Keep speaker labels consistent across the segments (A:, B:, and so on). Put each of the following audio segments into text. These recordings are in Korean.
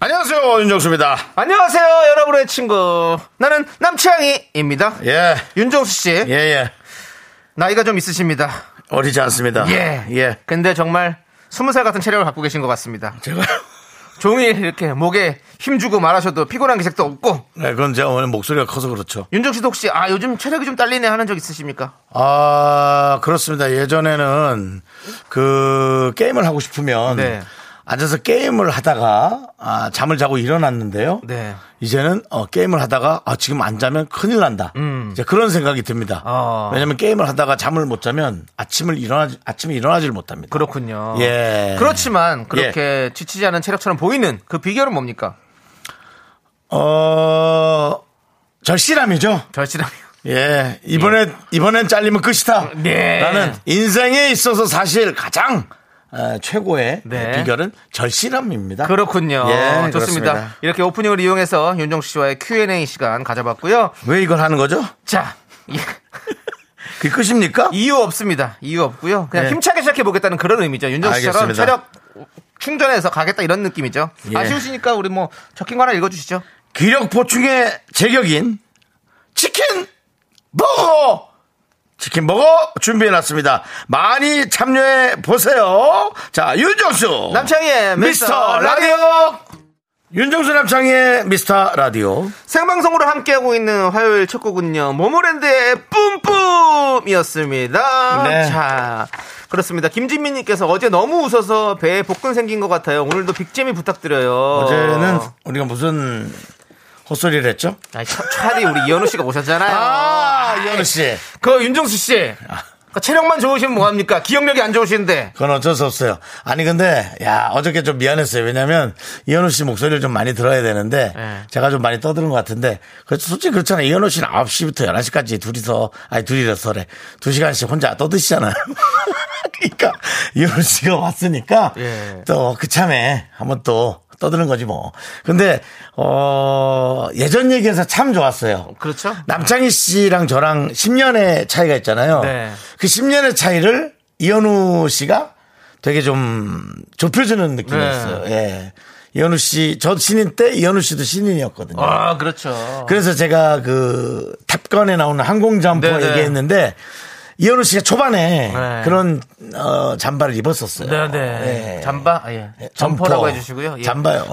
A: 안녕하세요 윤정수입니다.
B: 안녕하세요, 여러분의 친구. 나는 남치양이입니다.
A: 예,
B: 윤정수 씨,
A: 예, 예.
B: 나이가 좀 있으십니다.
A: 어리지 않습니다.
B: 예,
A: 예.
B: 근데 정말 스무 살 같은 체력을 갖고 계신 것 같습니다.
A: 제가
B: 종일 이렇게 목에 힘주고 말하셔도 피곤한 기색도 없고.
A: 네, 그건 제가 오늘 목소리가 커서 그렇죠.
B: 윤정수 씨도 혹시 아 요즘 체력이 좀 딸리네 하는 적 있으십니까?
A: 아 그렇습니다. 예전에는 그 게임을 하고 싶으면
B: 네.
A: 앉아서 게임을 하다가 아, 잠을 자고 일어났는데요.
B: 네.
A: 이제는 어, 게임을 하다가 아, 지금 안 자면 큰일 난다. 이제 그런 생각이 듭니다.
B: 어.
A: 왜냐하면 게임을 하다가 잠을 못 자면 아침을 일어나 아침에 일어나질 못합니다.
B: 그렇군요.
A: 예.
B: 그렇지만 그렇게 지치지 않은 체력처럼 보이는 그 비결은 뭡니까?
A: 그 어 절실함이죠.
B: 절실함이요.
A: 예, 이번에 이번엔 잘리면 끝이다.
B: 네.
A: 나는 인생에 있어서 사실 가장 어, 최고의
B: 네.
A: 비결은 절실함입니다.
B: 그렇군요.
A: 예,
B: 좋습니다.
A: 그렇습니다.
B: 이렇게 오프닝을 이용해서 윤정수 씨와의 Q&A 시간 가져봤고요.
A: 왜 이걸 하는 거죠?
B: 자, 이-
A: 그게 끝입니까?
B: 이유 없습니다. 이유 없고요. 그냥
A: 네.
B: 힘차게 시작해 보겠다는 그런 의미죠. 윤정수 씨처럼
A: 알겠습니다.
B: 체력 충전해서 가겠다 이런 느낌이죠.
A: 예.
B: 아쉬우시니까 우리 뭐 적힌 거 하나 읽어주시죠.
A: 기력 보충의 제격인 치킨 버거! 치킨 버거 준비해놨습니다. 많이 참여해 보세요. 자, 윤정수!
B: 남창희의
A: 어. 미스터 라디오! 윤정수 남창희의 미스터 라디오.
B: 어. 생방송으로 함께하고 있는 화요일 첫 곡은요. 모모랜드의 뿜뿜이었습니다.
A: 네.
B: 자, 그렇습니다. 김진민님께서 어제 너무 웃어서 배에 복근 생긴 것 같아요. 오늘도 빅잼이 부탁드려요.
A: 어제는 우리가 무슨 헛소리를 했죠?
B: 아니, 차- 차라리 우리 이현우 씨가 오셨잖아요.
A: 아, 이현우 씨.
B: 그 윤정수 씨. 그 체력만 좋으시면 뭐합니까? 기억력이 안 좋으신데.
A: 그건 어쩔 수 없어요. 아니, 근데, 야, 어저께 좀 미안했어요. 왜냐면, 이현우 씨 목소리를 좀 많이 들어야 되는데,
B: 네.
A: 제가 좀 많이 떠드는 것 같은데, 그래서 솔직히 그렇잖아요. 이현우 씨는 9시부터 11시까지 둘이서, 아니, 둘이서래. 두시간씩 혼자 떠드시잖아요. 그러니까, 이현우 씨가 왔으니까,
B: 예.
A: 또, 그 참에, 한번 또, 떠드는 거지 뭐. 근데, 어, 예전 얘기해서 참 좋았어요.
B: 그렇죠?
A: 남창희 씨랑 저랑 10년의 차이가 있잖아요.
B: 네.
A: 그 10년의 차이를 이현우 씨가 되게 좀 좁혀주는
B: 네.
A: 느낌이었어요. 예. 이현우 씨, 저 신인 때 이현우 씨도 신인이었거든요.
B: 아, 그렇죠.
A: 그래서 제가 그 탑건에 나오는 항공점퍼
B: 네네.
A: 얘기했는데 이현우 씨가 초반에
B: 네.
A: 그런 어, 잠바를 입었었어요.
B: 네, 네.
A: 예.
B: 잠바? 아, 예. 점퍼라고 해주시고요. 예.
A: 잠바요.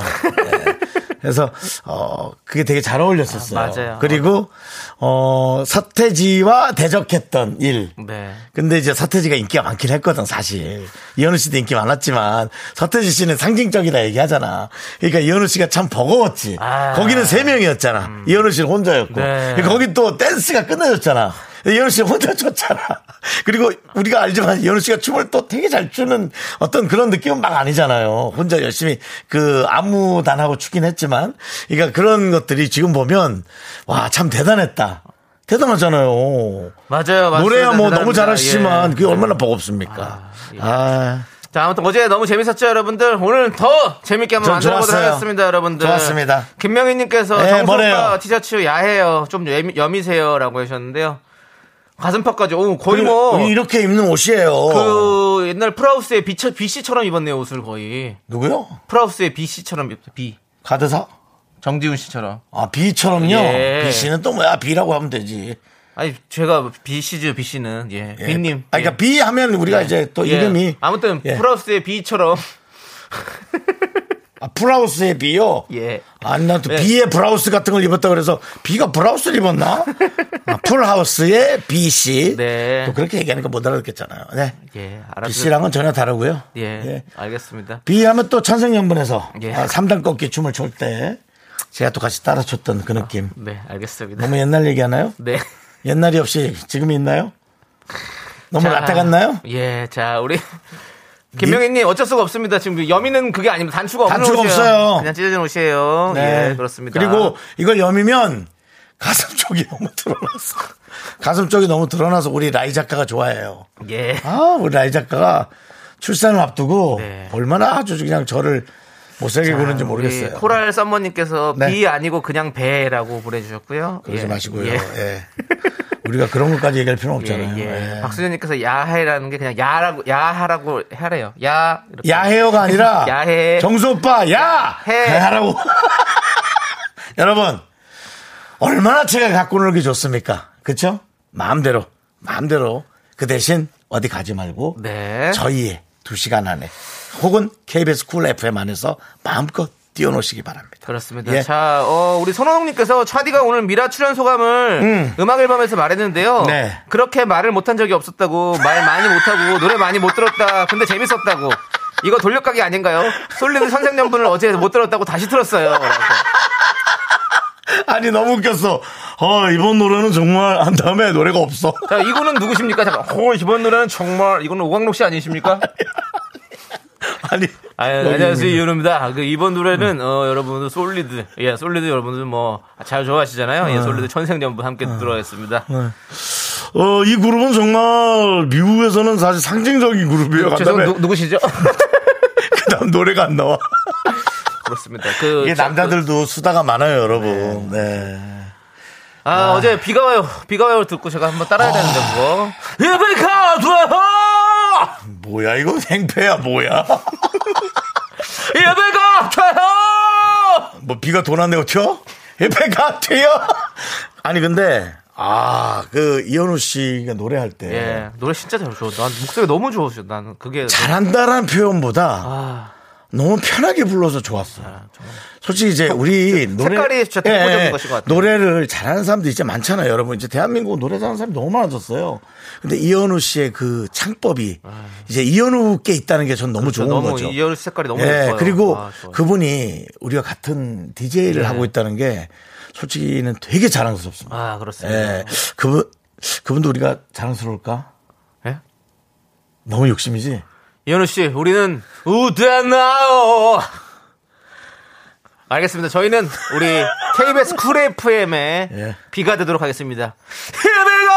A: 예. 그래서 어 그게 되게 잘 어울렸었어요.
B: 아, 맞아요.
A: 그리고 어 서태지와 대적했던 일.
B: 네.
A: 근데 이제 서태지가 인기가 많긴 했거든 사실. 이현우 씨도 인기 많았지만 서태지 씨는 상징적이라 얘기하잖아. 그러니까 이현우 씨가 참 버거웠지.
B: 아. 음.
A: 거기는 세 명이었잖아. 이현우 씨는 혼자였고
B: 네.
A: 거기 또 댄스가 끝내줬잖아. 이현우 씨 혼자 췄잖아. 그리고 우리가 알지만 이현우 씨가 춤을 또 되게 잘 추는 어떤 그런 느낌은 막 아니잖아요. 혼자 열심히 그 안무단하고 추긴 했지만, 그러니까 그런 것들이 지금 보면 와 참 대단했다. 대단하잖아요.
B: 맞아요, 맞아요.
A: 노래야 뭐 너무
B: 대단합니다.
A: 잘하시지만
B: 예.
A: 그게 얼마나 버겁습니까?
B: 아, 예.
A: 아,
B: 자, 아무튼 어제 너무 재밌었죠, 여러분들? 오늘 더 재밌게 한번
A: 전
B: 만들어보도록
A: 좋았어요.
B: 하겠습니다, 여러분들.
A: 좋았습니다.
B: 김명희님께서
A: 네, 뭐래요?
B: 정수빠 티셔츠 야해요. 좀 여미, 여미세요. 라고 하셨는데요. 가슴팍까지. 오, 거의 뭐.
A: 이렇게 입는 옷이에요.
B: 그 옛날 프라우스의 B, BC처럼 입었네요, 옷을 거의.
A: 누구요?
B: 프라우스의 BC처럼 입었 B.
A: 가드사?
B: 정지훈 씨처럼.
A: 아, B처럼요?
B: 예.
A: B 씨는 또 뭐야? B라고 하면 되지.
B: 아니 제가 B씨죠 B씨는 예,
A: 예.
B: B님
A: 아, 그러니까 B 하면 우리가 이제 또 이름이
B: 아무튼
A: 예.
B: 프라우스의 B처럼
A: 아, 브라우스의 B요.
B: 예.
A: 아니 나또
B: 예.
A: B의 브라우스 같은 걸 입었다 그래서 B가 브라우스를 입었나? 아, 풀하우스의 B 씨.
B: 네.
A: 또 그렇게 얘기하니까 못 알아듣겠잖아요. 네.
B: 예
A: B
B: 알았어요
A: 씨랑은 전혀 다르고요.
B: 예, 알겠습니다
A: B 하면 또 천생연분에서
B: 예.
A: 아, 3단 꺾기 춤을 출 때 제가 또 같이 따라 췄던 그 느낌.
B: 네 알겠습니다
A: 너무 옛날 얘기하나요?
B: 네
A: 옛날이 없이 지금이 있나요? 너무
B: 자,
A: 라떼 같나요?
B: 예, 자 우리 김명희님 어쩔 수가 없습니다. 지금 여미는 그게 아닙니다. 단추가 없는
A: 단추가
B: 옷이에요.
A: 없어요. 네.
B: 그냥 찢어진 옷이에요. 예, 그렇습니다.
A: 그리고 이걸 여미면 가슴 쪽이 너무 드러났어. 가슴 쪽이 너무 드러나서 우리 라이 작가가 좋아해요.
B: 예.
A: 아, 우리 라이 작가가 출산을 앞두고
B: 네.
A: 얼마나 아주 그냥 저를 못살게 구는지
B: 우리
A: 모르겠어요.
B: 코랄 썸머님께서
A: 네.
B: 비 아니고 그냥 배라고 보내주셨고요.
A: 그러지
B: 예.
A: 마시고요.
B: 예.
A: 예. 우리가 그런 것까지 얘기할 필요는 없잖아요.
B: 예, 예.
A: 예.
B: 박수현님께서 야해라는 게 그냥 야라고 야하라고 하래요. 야 이렇게.
A: 야해요가 아니라
B: 야해.
A: 정수 오빠 야
B: 야해.
A: 하라고 여러분 얼마나 제가 갖고 놀기 좋습니까 그쵸 마음대로 마음대로 그 대신 어디 가지 말고
B: 네.
A: 저희의 두 시간 안에 혹은 KBS 쿨 FM 안에서 마음껏 뛰어노시기 바랍니다
B: 그렇습니다.
A: 예.
B: 자, 어, 우리 손호동님께서 차디가 오늘 미라 출연 소감을 음. 악 앨범에서 말했는데요.
A: 네.
B: 그렇게 말을 못한 적이 없었다고 말 많이 못하고 노래 많이 못 들었다. 근데 재밌었다고. 이거 돌려가기 아닌가요? 솔리드 선생연분을 어제 못 들었다고 다시 들었어요. 라고.
A: 아니 너무 웃겼어 어, 이번 노래는 정말 한 다음에 노래가 없어
B: 자, 이거는 누구십니까? 잠깐. 호, 이번 노래는 정말 이거는 오광록 씨 아니십니까?
A: 아니
B: 아,
A: 너무 재밌네.
B: 안녕하세요
A: 네.
B: 이윤우입니다. 그 이번 노래는 어, 여러분들 솔리드, 예, 솔리드 여러분들 뭐 잘 좋아하시잖아요.
A: 네.
B: 예, 솔리드 천생연분 함께 들어있습니다.
A: 어, 이 그룹은 정말 미국에서는 사실 상징적인 그룹이에요 간
B: 죄송
A: 다음에
B: 누, 누구시죠?
A: 그다음 노래가 안 나와.
B: 그렇습니다. 그
A: 이게
B: 저-
A: 남자들도 수다가 많아요, 여러분. 그렇죠. 네.
B: 아, 어제 비가 와요. 비가 와요 듣고 제가 한번 따라야 되는데
A: 아.
B: 그거. 비가 와요.
A: 뭐야 이거 행패야 뭐야?
B: 비가 와요.
A: 뭐 비가 돈안 내고 튀어? 행패 같아요. 아니 근데 아 그 이현우 씨가 노래할 때
B: 예, 노래 진짜 잘 좋아. 난 목소리 너무 좋으셔. 나는 그게
A: 잘한다라는 표현보다
B: 아,
A: 너무 편하게 불러서 좋았어요. 솔직히 이제 우리 노래
B: 어,
A: 예,
B: 색깔이 진짜 독보적인 것인 것 같아요.
A: 노래를 잘하는 사람도 이제 많잖아요, 여러분. 이제 대한민국 노래 잘하는 사람이 너무 많아졌어요. 근데 이현우 씨의 그 창법이 이제 이현우께 있다는 게 전 너무 좋은
B: 아. 그렇죠. 너무
A: 거죠.
B: 이열 색깔이 너무
A: 예,
B: 예뻐요.
A: 그리고
B: 아, 좋아요. 네.
A: 그분이 우리가 같은 DJ를 하고 있다는 게 솔직히는 되게 자랑스럽습니다.
B: 아, 그렇습니다.
A: 예. 그분 그분도 우리가 자랑스러울까?
B: 예?
A: 너무 욕심이지.
B: 이현우 씨, 우리는 우대나요. 알겠습니다. 저희는 우리 KBS 쿨 FM에
A: 예.
B: 비가 되도록 하겠습니다. 비가 돼요.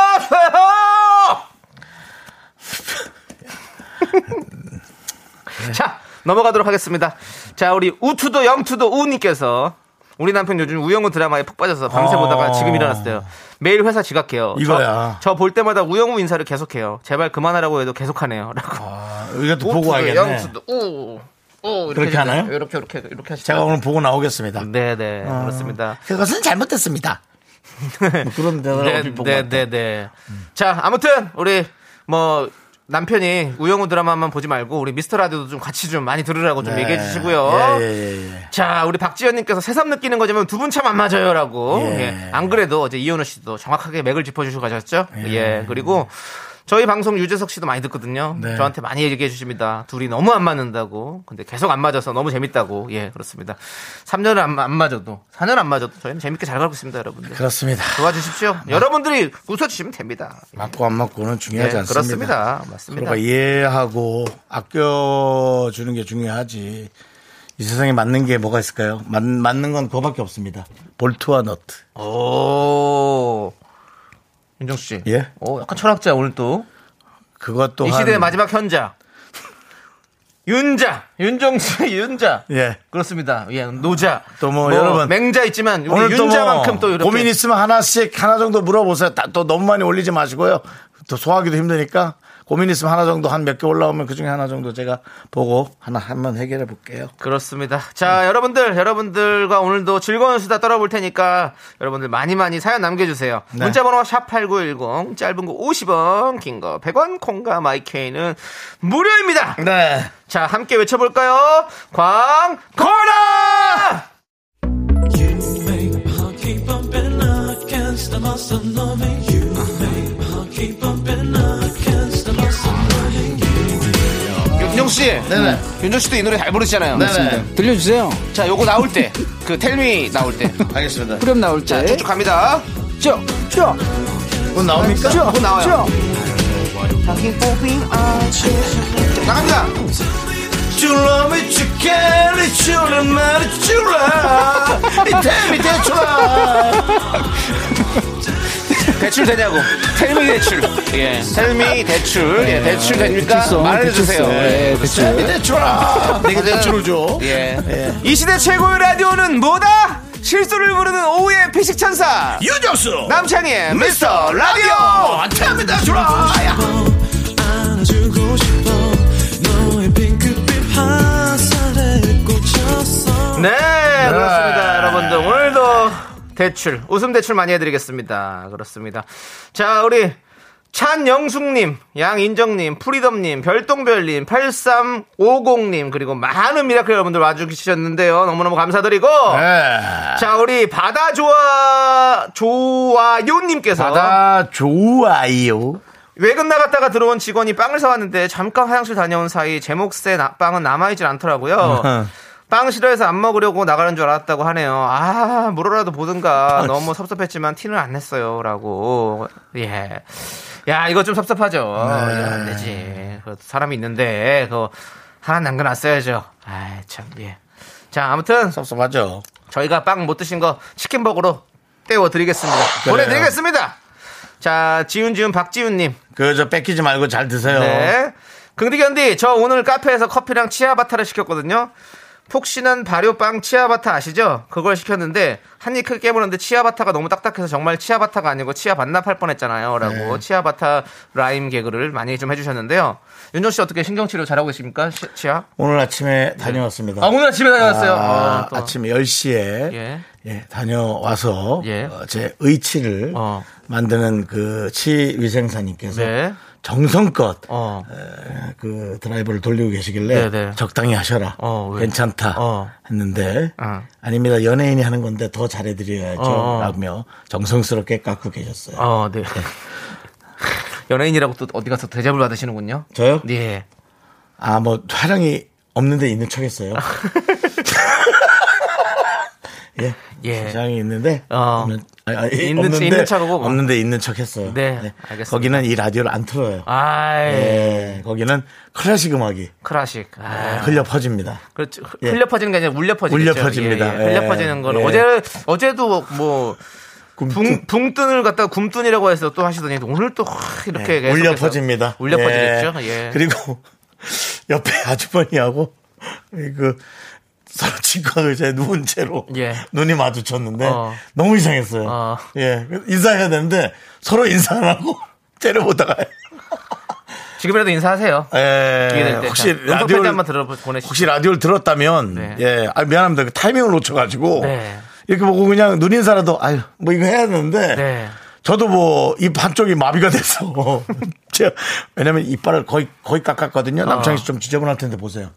B: 자, 넘어가도록 하겠습니다. 자, 우리 우투도 영투도 우님께서 우리 남편 요즘 우영우 드라마에 푹 빠져서 밤새
A: 어.
B: 보다가 지금 일어났어요. 매일 회사 지각해요.
A: 이거야.
B: 저 볼 때마다 우영우 인사를 계속해요. 제발 그만하라고 해도 계속하네요. 라고.
A: 아, 이것도
B: 그
A: 보고 와야겠네.
B: 영수도 우. 우
A: 그렇게 하나요?
B: 이렇게 이렇게 이렇게 하시죠.
A: 제가 오늘 보고 나오겠습니다.
B: 네, 네. 그렇습니다.
A: 그것은 잘못됐습니다. 뭐 그런
B: 네,
A: 대답을 보고
B: 네, 네, 네.
A: 음.
B: 자, 아무튼 우리 뭐 남편이 우영우 드라마만 보지 말고 우리 미스터 라디오도 좀 같이 좀 많이 들으라고 좀 얘기해 주시고요.
A: 네. 예, 예, 예.
B: 자, 우리 박지현님께서 새삼 느끼는 거지만 두 분 참 안 맞아요라고.
A: 예.
B: 예. 안 그래도 어제 이현우 씨도 정확하게 맥을 짚어주시고 가셨죠. 예. 그리고 저희 방송 유재석 씨도 많이 듣거든요.
A: 네.
B: 저한테 많이 얘기해 주십니다. 둘이 너무 안 맞는다고. 근데 계속 안 맞아서 너무 재밌다고. 예, 그렇습니다. 3년을 안, 안 맞아도, 4년 안 맞아도 저희는 재밌게 잘 가고 있습니다, 여러분들.
A: 그렇습니다. 아.
B: 도와주십시오. 여러분들이 웃어주시면 됩니다.
A: 맞고 안 맞고는 중요하지
B: 예,
A: 않습니다.
B: 그렇습니다.
A: 서로가
B: 맞습니다.
A: 이해하고 아껴주는 게 중요하지. 이 세상에 맞는 게 뭐가 있을까요? 맞, 맞는 건 그거밖에 없습니다. 볼트와 너트.
B: 오. 윤정수 씨.
A: 예?
B: 오, 약간 철학자 오늘 또.
A: 그것 또한
B: 이 시대의 마지막 현자. 윤자, 윤정수 윤자.
A: 예.
B: 그렇습니다. 예, 노자.
A: 또 뭐, 여러분.
B: 맹자 있지만 우리
A: 오늘
B: 윤자만큼 또 이렇게
A: 고민 있으면 하나씩 하나 정도 물어보세요. 다- 또 너무 많이 올리지 마시고요. 또 소화하기도 힘드니까 고민 있으면 하나 정도 한 몇 개 올라오면 그 중에 하나 정도 제가 보고 하나 한번 해결해 볼게요.
B: 그렇습니다. 자, 여러분들, 여러분들과 오늘도 즐거운 수다 떨어볼 테니까 여러분들 많이 많이 사연 남겨주세요.
A: 네.
B: 문자번호 샵8910, 짧은 거 50원, 긴 거 100원, 콩과 마이케이는 무료입니다.
A: 네.
B: 자, 함께 외쳐볼까요? 광고라! 윤정 씨, 네네. 윤정 씨도 이 노래 잘 부르시잖아요.
A: 네네.
C: 들려주세요.
B: 자, 요거 나올 때, 그 텔미 나올 때,
A: 알겠습니다.
C: 그럼 나올 때.
A: 네.
B: 쭉 갑니다.
C: 쭉, 쭉,
A: 곧뭐 나옵니까?
C: 쭉,
B: 나와요.
C: 쭉.
B: 나갑니다.
A: 줄라 미치게리 네, 줄라 마리 줄라 이태미 대출라
B: 대출 되냐고. 텔미 대출. 예. 텔미 대출.
A: 네.
B: 예. 대출 됩니까? 말해주세요. 예.
A: 이태미 네, 대출라 내게
B: 네.
A: 대출을 줘 네.
B: 예. 이 시대 최고의 라디오는 뭐다? 실수를 부르는 오후의 피식천사.
A: 유정수
B: 남창희의 미스터 라디오.
A: 라디오 이태미 대출라
B: 네, 그렇습니다. 여러분들, 오늘도 대출, 웃음 대출 많이 해드리겠습니다. 그렇습니다. 자, 우리 찬영숙님, 양인정님, 프리덤님, 별똥별님, 8350님, 그리고 많은 미라클 여러분들 와주셨는데요. 너무너무 감사드리고.
A: 네.
B: 자, 우리 바다 좋아, 좋아요님께서.
A: 바다 좋아요
B: 외근 나갔다가 들어온 직원이 빵을 사왔는데 잠깐 화장실 다녀온 사이 제 몫에 나- 빵은 남아있질 않더라고요. 빵 싫어해서 안 먹으려고 나가는 줄 알았다고 하네요. 아, 물어라도
A: 아,
B: 보든가. 너무 섭섭했지만 티는 안 냈어요. 라고. 예. 야, 이거 좀 섭섭하죠.
A: 네.
B: 이거 안 되지. 그래도 사람이 있는데, 그거 하나 남겨놨어야죠. 아 참, 예. 자, 아무튼
A: 섭섭하죠
B: 저희가 빵 못 드신 거 치킨버거로 때워드리겠습니다.
A: 그래요.
B: 보내드리겠습니다. 자, 지훈지훈 박지훈님.
A: 그 저 뺏기지 말고 잘 드세요
B: 네. 긍디견디, 저 오늘 카페에서 커피랑 치아바타를 시켰거든요. 폭신한 발효빵 치아바타 아시죠? 그걸 시켰는데 한 입 크게 깨물었는데 치아바타가 너무 딱딱해서 정말 치아바타가 아니고 치아 반납할 뻔했잖아요. 라고 치아바타 라임 개그를 많이 좀 해주셨는데요. 윤정 씨 어떻게 신경치료 잘하고 계십니까? 시- 치아?
A: 오늘 아침에 다녀왔습니다
B: 아 오늘 아침에 다녀왔어요.
A: 아,
B: 아, 또.
A: 침 10시에
B: 예.
A: 다녀와서
B: 예.
A: 어, 제 의치를
B: 어.
A: 만드는 그 치위생사님께서
B: 네.
A: 정성껏
B: 어.
A: 에, 그 드라이버를 돌리고 계시길래
B: 네, 네.
A: 적당히 하셔라.
B: 어, 왜?
A: 괜찮다.
B: 어.
A: 했는데
B: 어.
A: 아닙니다. 연예인이 하는 건데 더 잘해드려야죠.
B: 어, 어.
A: 라며 정성스럽게 깎고 계셨어요.
B: 어, 네. 연예인이라고 또 어디 가서 대접을 받으시는군요.
A: 저요?
B: 예.
A: 아, 뭐 촬영이 없는데 있는 척 했어요. 예.
B: 예.
A: 촬영이 있는데
B: 어.
A: 없는, 아니, 아니,
B: 있는-
A: 없는데,
B: 있는 척하고. 뭐.
A: 없는데 있는 척 했어요.
B: 네, 알겠습니다.
A: 거기는 이 라디오를 안 틀어요.
B: 아이.
A: 예. 거기는 클래식 음악이
B: 클래식. 네. 아.
A: 흘려 퍼집니다.
B: 그렇죠. 흘-
A: 예.
B: 흘려 퍼지는 게 아니라 울려 퍼지죠.
A: 울려 퍼집니다.
B: 흘려
A: 예.
B: 퍼지는 걸
A: 예.
B: 어제 어제도 뭐
A: 꿈
B: 붕, 붕뜬을 갖다 가 굼뜬이라고 해서 또 하시더니 오늘 또 확 이렇게 계속해서
A: 예. 네, 울려 퍼집니다.
B: 울려
A: 예.
B: 퍼지겠죠. 예.
A: 그리고 옆에 아주머니하고 그 서로 치과 의자에 누운 채로
B: 예.
A: 눈이 마주쳤는데
B: 어.
A: 너무 이상했어요.
B: 어.
A: 예. 그래서 인사해야 되는데 서로 인사 안 하고 째려보다가
B: 지금이라도 인사하세요.
A: 예. 혹시
B: 라디오
A: 라디오를
B: 한번 들어 보내시죠.
A: 혹시 라디오를 들었다면
B: 네.
A: 예. 아 미안합니다. 그 타이밍을 놓쳐 가지고
B: 네.
A: 이렇게 보고 그냥 눈 인사라도 아유 뭐 이거 해야 되는데
B: 네.
A: 저도 뭐 입 한쪽이 마비가
B: 어.
A: 돼서 제가 왜냐면 이빨을 거의 거의
B: 아.
A: 깎았거든요. 남창희 씨 좀 지저분할 텐데 보세요.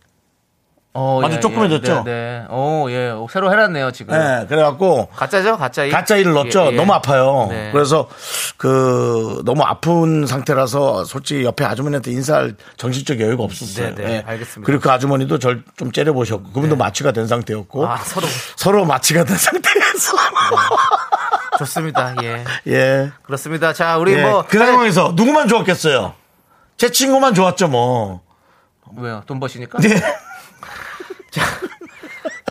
B: 어,
A: 아주 조그매졌죠?
B: 네. 네. 오, 예. 오, 새로 해놨네요, 지금.
A: 네, 그래갖고
B: 가짜죠? 가짜 일.
A: 가짜 일을 넣었죠.
B: 예, 예.
A: 너무 아파요.
B: 네.
A: 그래서 그 너무 아픈 상태라서 솔직히 옆에 아주머니한테 인사할 정신적 여유가 없었어요.
B: 네, 네, 알겠습니다. 네.
A: 그리고 그 아주머니도 절 좀 째려보셨고 그분도 마취가 된 상태였고
B: 아, 서로.
A: 서로 마취가 된 상태에서
B: 좋습니다. 예.
A: 예.
B: 그렇습니다. 자, 우리
A: 예.
B: 뭐.
A: 그 상황에서 누구만 좋았겠어요? 제 친구만 좋았죠 뭐.
B: 왜요? 돈 버시니까?
A: 네.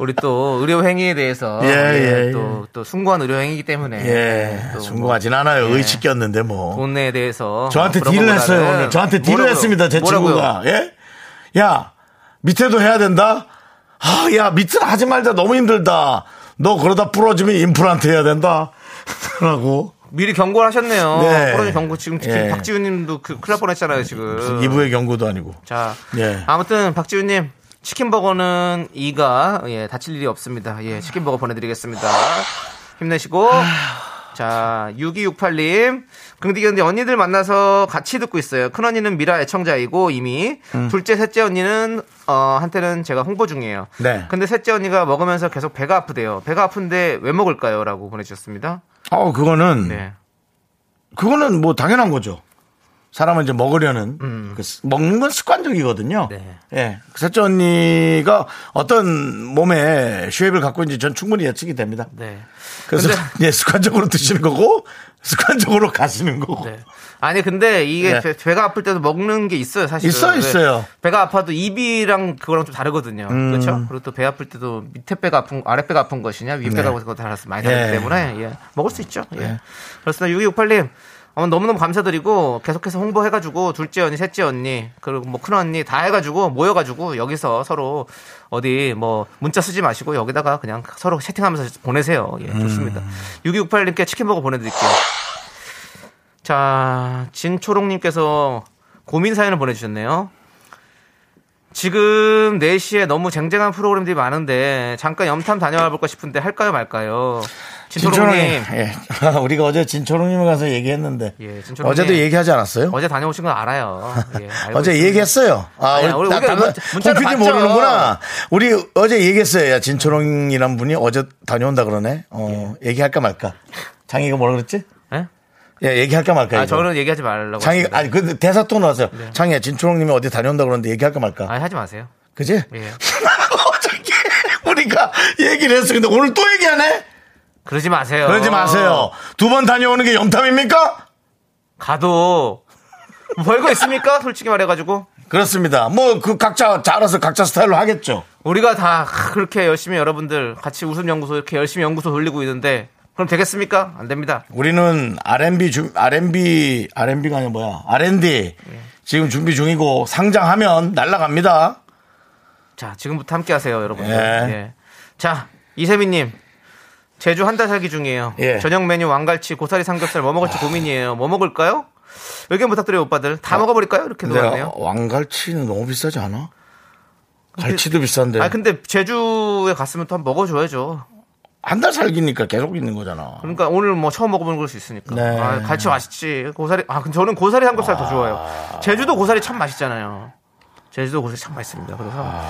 B: 우리 또 의료행위에 대해서.
A: 예, 예, 예.
B: 또, 또 숭고한 의료행위이기 때문에.
A: 예,
B: 또
A: 송구하진 않아요.
B: 예.
A: 의식 꼈는데 뭐.
B: 돈에 대해서 아,
A: 저한테
B: 그런
A: 딜을
B: 것보다는-
A: 했어요. 오늘. 저한테 딜을
B: 뭐라고요?
A: 했습니다. 제
B: 뭐라고요?
A: 친구가. 예? 야, 밑에도 해야 된다? 아, 야, 밑은 하지 말자. 너무 힘들다. 너 그러다 부러지면 임플란트 해야 된다. 라고.
B: 미리 경고를 하셨네요.
A: 네.
B: 코로나 경고 지금 특히
A: 예.
B: 박지훈님도 그 큰일 날 뻔했잖아요 지금.
A: 2부의 경고도 아니고.
B: 자,
A: 예.
B: 아무튼 박지훈님 치킨 버거는 이가 예, 다칠 일이 없습니다. 예, 치킨 버거 보내드리겠습니다. 힘내시고. 자, 6268님. 근데 근데 언니들 만나서 같이 듣고 있어요. 큰 언니는 미라 애청자이고 이미
A: 음.
B: 둘째 셋째 언니는 어 한때는 제가 홍보 중이에요.
A: 네.
B: 근데 셋째 언니가 먹으면서 계속 배가 아프대요. 배가 아픈데 왜
A: 음.
B: 먹을까요?라고 보내주셨습니다.
A: 어, 그거는,
B: 네.
A: 그거는 뭐 당연한 거죠. 사람을 이제 먹으려는 그 습- 먹는 건 습관적이거든요.
B: 음. 네.
A: 예, 세째 언니가 어떤 몸에 쉐입을 갖고 있는지 전 충분히 예측이 됩니다.
B: 네.
A: 그래서
B: 근데-
A: 예, 습관적으로 드시는 거고 습관적으로 가시는 거고.
B: 네. 아니 근데 이게
A: 네.
B: 배, 배가 아플 때도 먹는 게 있어요 사실.
A: 있어요, 있어요. 음.
B: 배가 아파도 입이랑 그거랑 좀 다르거든요. 그렇죠? 그리고 또 배 아플 때도 밑에 배가 아픈 아랫 배가 아픈 것이냐 윗
A: 네.
B: 배가 아픈 것 달라서 많이 다르기
A: 예.
B: 때문에 예. 먹을 수 있죠. 예.
A: 네.
B: 그렇습니다. 6268님 어, 너무너무 감사드리고 계속해서 홍보해가지고 둘째 언니, 셋째 언니 그리고 뭐 큰 언니 다 해가지고 모여가지고 여기서 서로 어디 뭐 문자 쓰지 마시고 여기다가 그냥 서로 채팅하면서 보내세요. 예, 좋습니다.
A: 음.
B: 6268님께 치킨버거 보내드릴게요. 자, 진초롱님께서 고민 사연을 보내주셨네요. 지금 4시에 너무 쟁쟁한 프로그램들이 많은데 잠깐 염탐 다녀와 볼까 싶은데 할까요 말까요? 진초롱님
A: 예. 우리가 어제 진초롱님 가서 얘기했는데
B: 예, 진초롱님.
A: 어제도 얘기하지 않았어요?
B: 어제 다녀오신 건 알아요. 예, 알고
A: 어제
B: 있습니다.
A: 얘기했어요. 아,
B: 아니야,
A: 우리
B: 우리-
A: 나-
B: 우리가
A: 나-
B: 문- 문자를
A: 홍 PD
B: 봤죠.
A: 모르는구나. 우리 어제 얘기했어요. 야, 진초롱이란 분이 어제 다녀온다 그러네. 어, 얘기할까 말까. 장이가 뭐라 그랬지?
B: 예?
A: 예, 얘기할까 말까.
B: 아,
A: 이거.
B: 저는 얘기하지 말라고.
A: 장이
B: 했습니다. 네.
A: 아니 그 대사 또 나왔어요. 장이야 진초롱님이 어디 다녀온다 그러는데 얘기할까 말까.
B: 아니, 하지 마세요.
A: 그지?
B: 예.
A: 어저께 우리가 얘기를 했어. 근데 오늘 또 얘기하네.
B: 그러지 마세요.
A: 그러지 마세요. 두 번 다녀오는 게 염탐입니까?
B: 가도 뭐 벌거 있습니까? 솔직히 말해가지고
A: 그렇습니다. 뭐 그 각자 자- 알아서 각자 스타일로 하겠죠.
B: 우리가 다 그렇게 열심히 여러분들 같이 웃음 연구소 이렇게 열심히 연구소 돌리고 있는데 그럼 되겠습니까? 안 됩니다.
A: 우리는 R&B 주, R&B R&B가 아니라 뭐야? R&D 지금 준비 중이고 상장하면 날라갑니다.
B: 자, 지금부터 함께 하세요, 여러분들.
A: 예.
B: 예. 자, 이세민님. 제주 한 달 살기 중이에요.
A: 예.
B: 저녁 메뉴 왕갈치, 고사리 삼겹살 뭐 먹을지 고민이에요. 뭐 먹을까요? 의견 부탁드려요, 오빠들. 다 먹어버릴까요? 이렇게
A: 근데
B: 물어봤네요.
A: 왕갈치는 너무 비싸지 않아? 갈치도 비싼데
B: 아, 근데 제주에 갔으면 또 한번 먹어줘야죠.
A: 한 달 살기니까 계속 있는 거잖아.
B: 그러니까 오늘 뭐 처음 먹어보는 걸 수 있으니까.
A: 네.
B: 아, 갈치 맛있지. 고사리, 아, 근데 저는 고사리 삼겹살 더 좋아요. 제주도 고사리 참 맛있잖아요. 제주도 고사리 참 맛있습니다. 그래서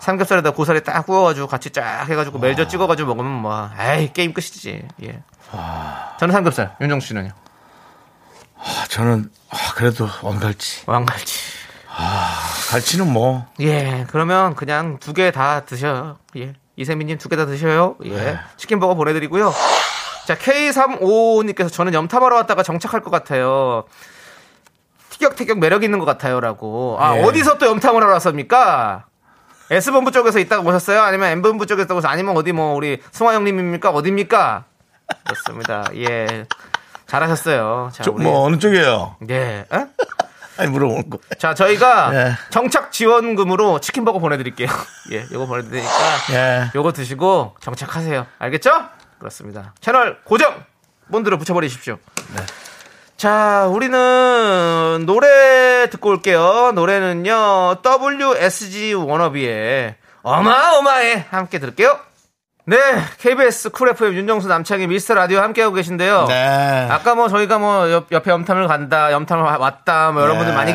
B: 삼겹살에다 고사리 딱 구워가지고 같이 쫙 해가지고 멜젓 찍어가지고 먹으면 뭐, 에이, 게임 끝이지. 예. 저는 삼겹살. 윤정 씨는요?
A: 아, 저는 아, 그래도 왕갈치.
B: 왕갈치.
A: 갈치는 뭐
B: 예, 그러면 그냥 두 개 다 드셔요. 예. 이세민님 두 개 다 드셔요. 예.
A: 네.
B: 치킨버거 보내드리고요. 자, K355님께서 저는 염탐하러 왔다가 정착할 것 같아요. 티격태격 매력 있는 것 같아요. 라고. 아,
A: 예.
B: 어디서 또 염탐을 하러 왔습니까? S본부 쪽에서 있다가 오셨어요? 아니면 M본부 쪽에서 있다고 오셨어요? 아니면 어디 뭐 우리 승화 형님입니까? 어딥니까? 그렇습니다. 예. 잘하셨어요. 자,
A: 저,
B: 우리.
A: 뭐 어느 쪽이에요?
B: 예. 에?
A: 아니 물어보는 거.
B: 자, 저희가
A: 예.
B: 정착 지원금으로 치킨버거 보내드릴게요. 예, 요거 보내드리니까
A: 예.
B: 요거 드시고 정착하세요. 알겠죠? 그렇습니다. 채널 고정 본드로 붙여버리십시오.
A: 네.
B: 자, 우리는 노래 듣고 올게요. 노래는요 WSG 워너비의 어마어마해 함께 들을게요. 네, KBS 쿨 FM 윤정수 남창희 미스터 라디오 함께하고 계신데요.
A: 네.
B: 아까 뭐 저희가 뭐 옆, 옆에 염탐을 간다, 염탐을 와- 왔다, 뭐 여러분들
A: 예.
B: 많이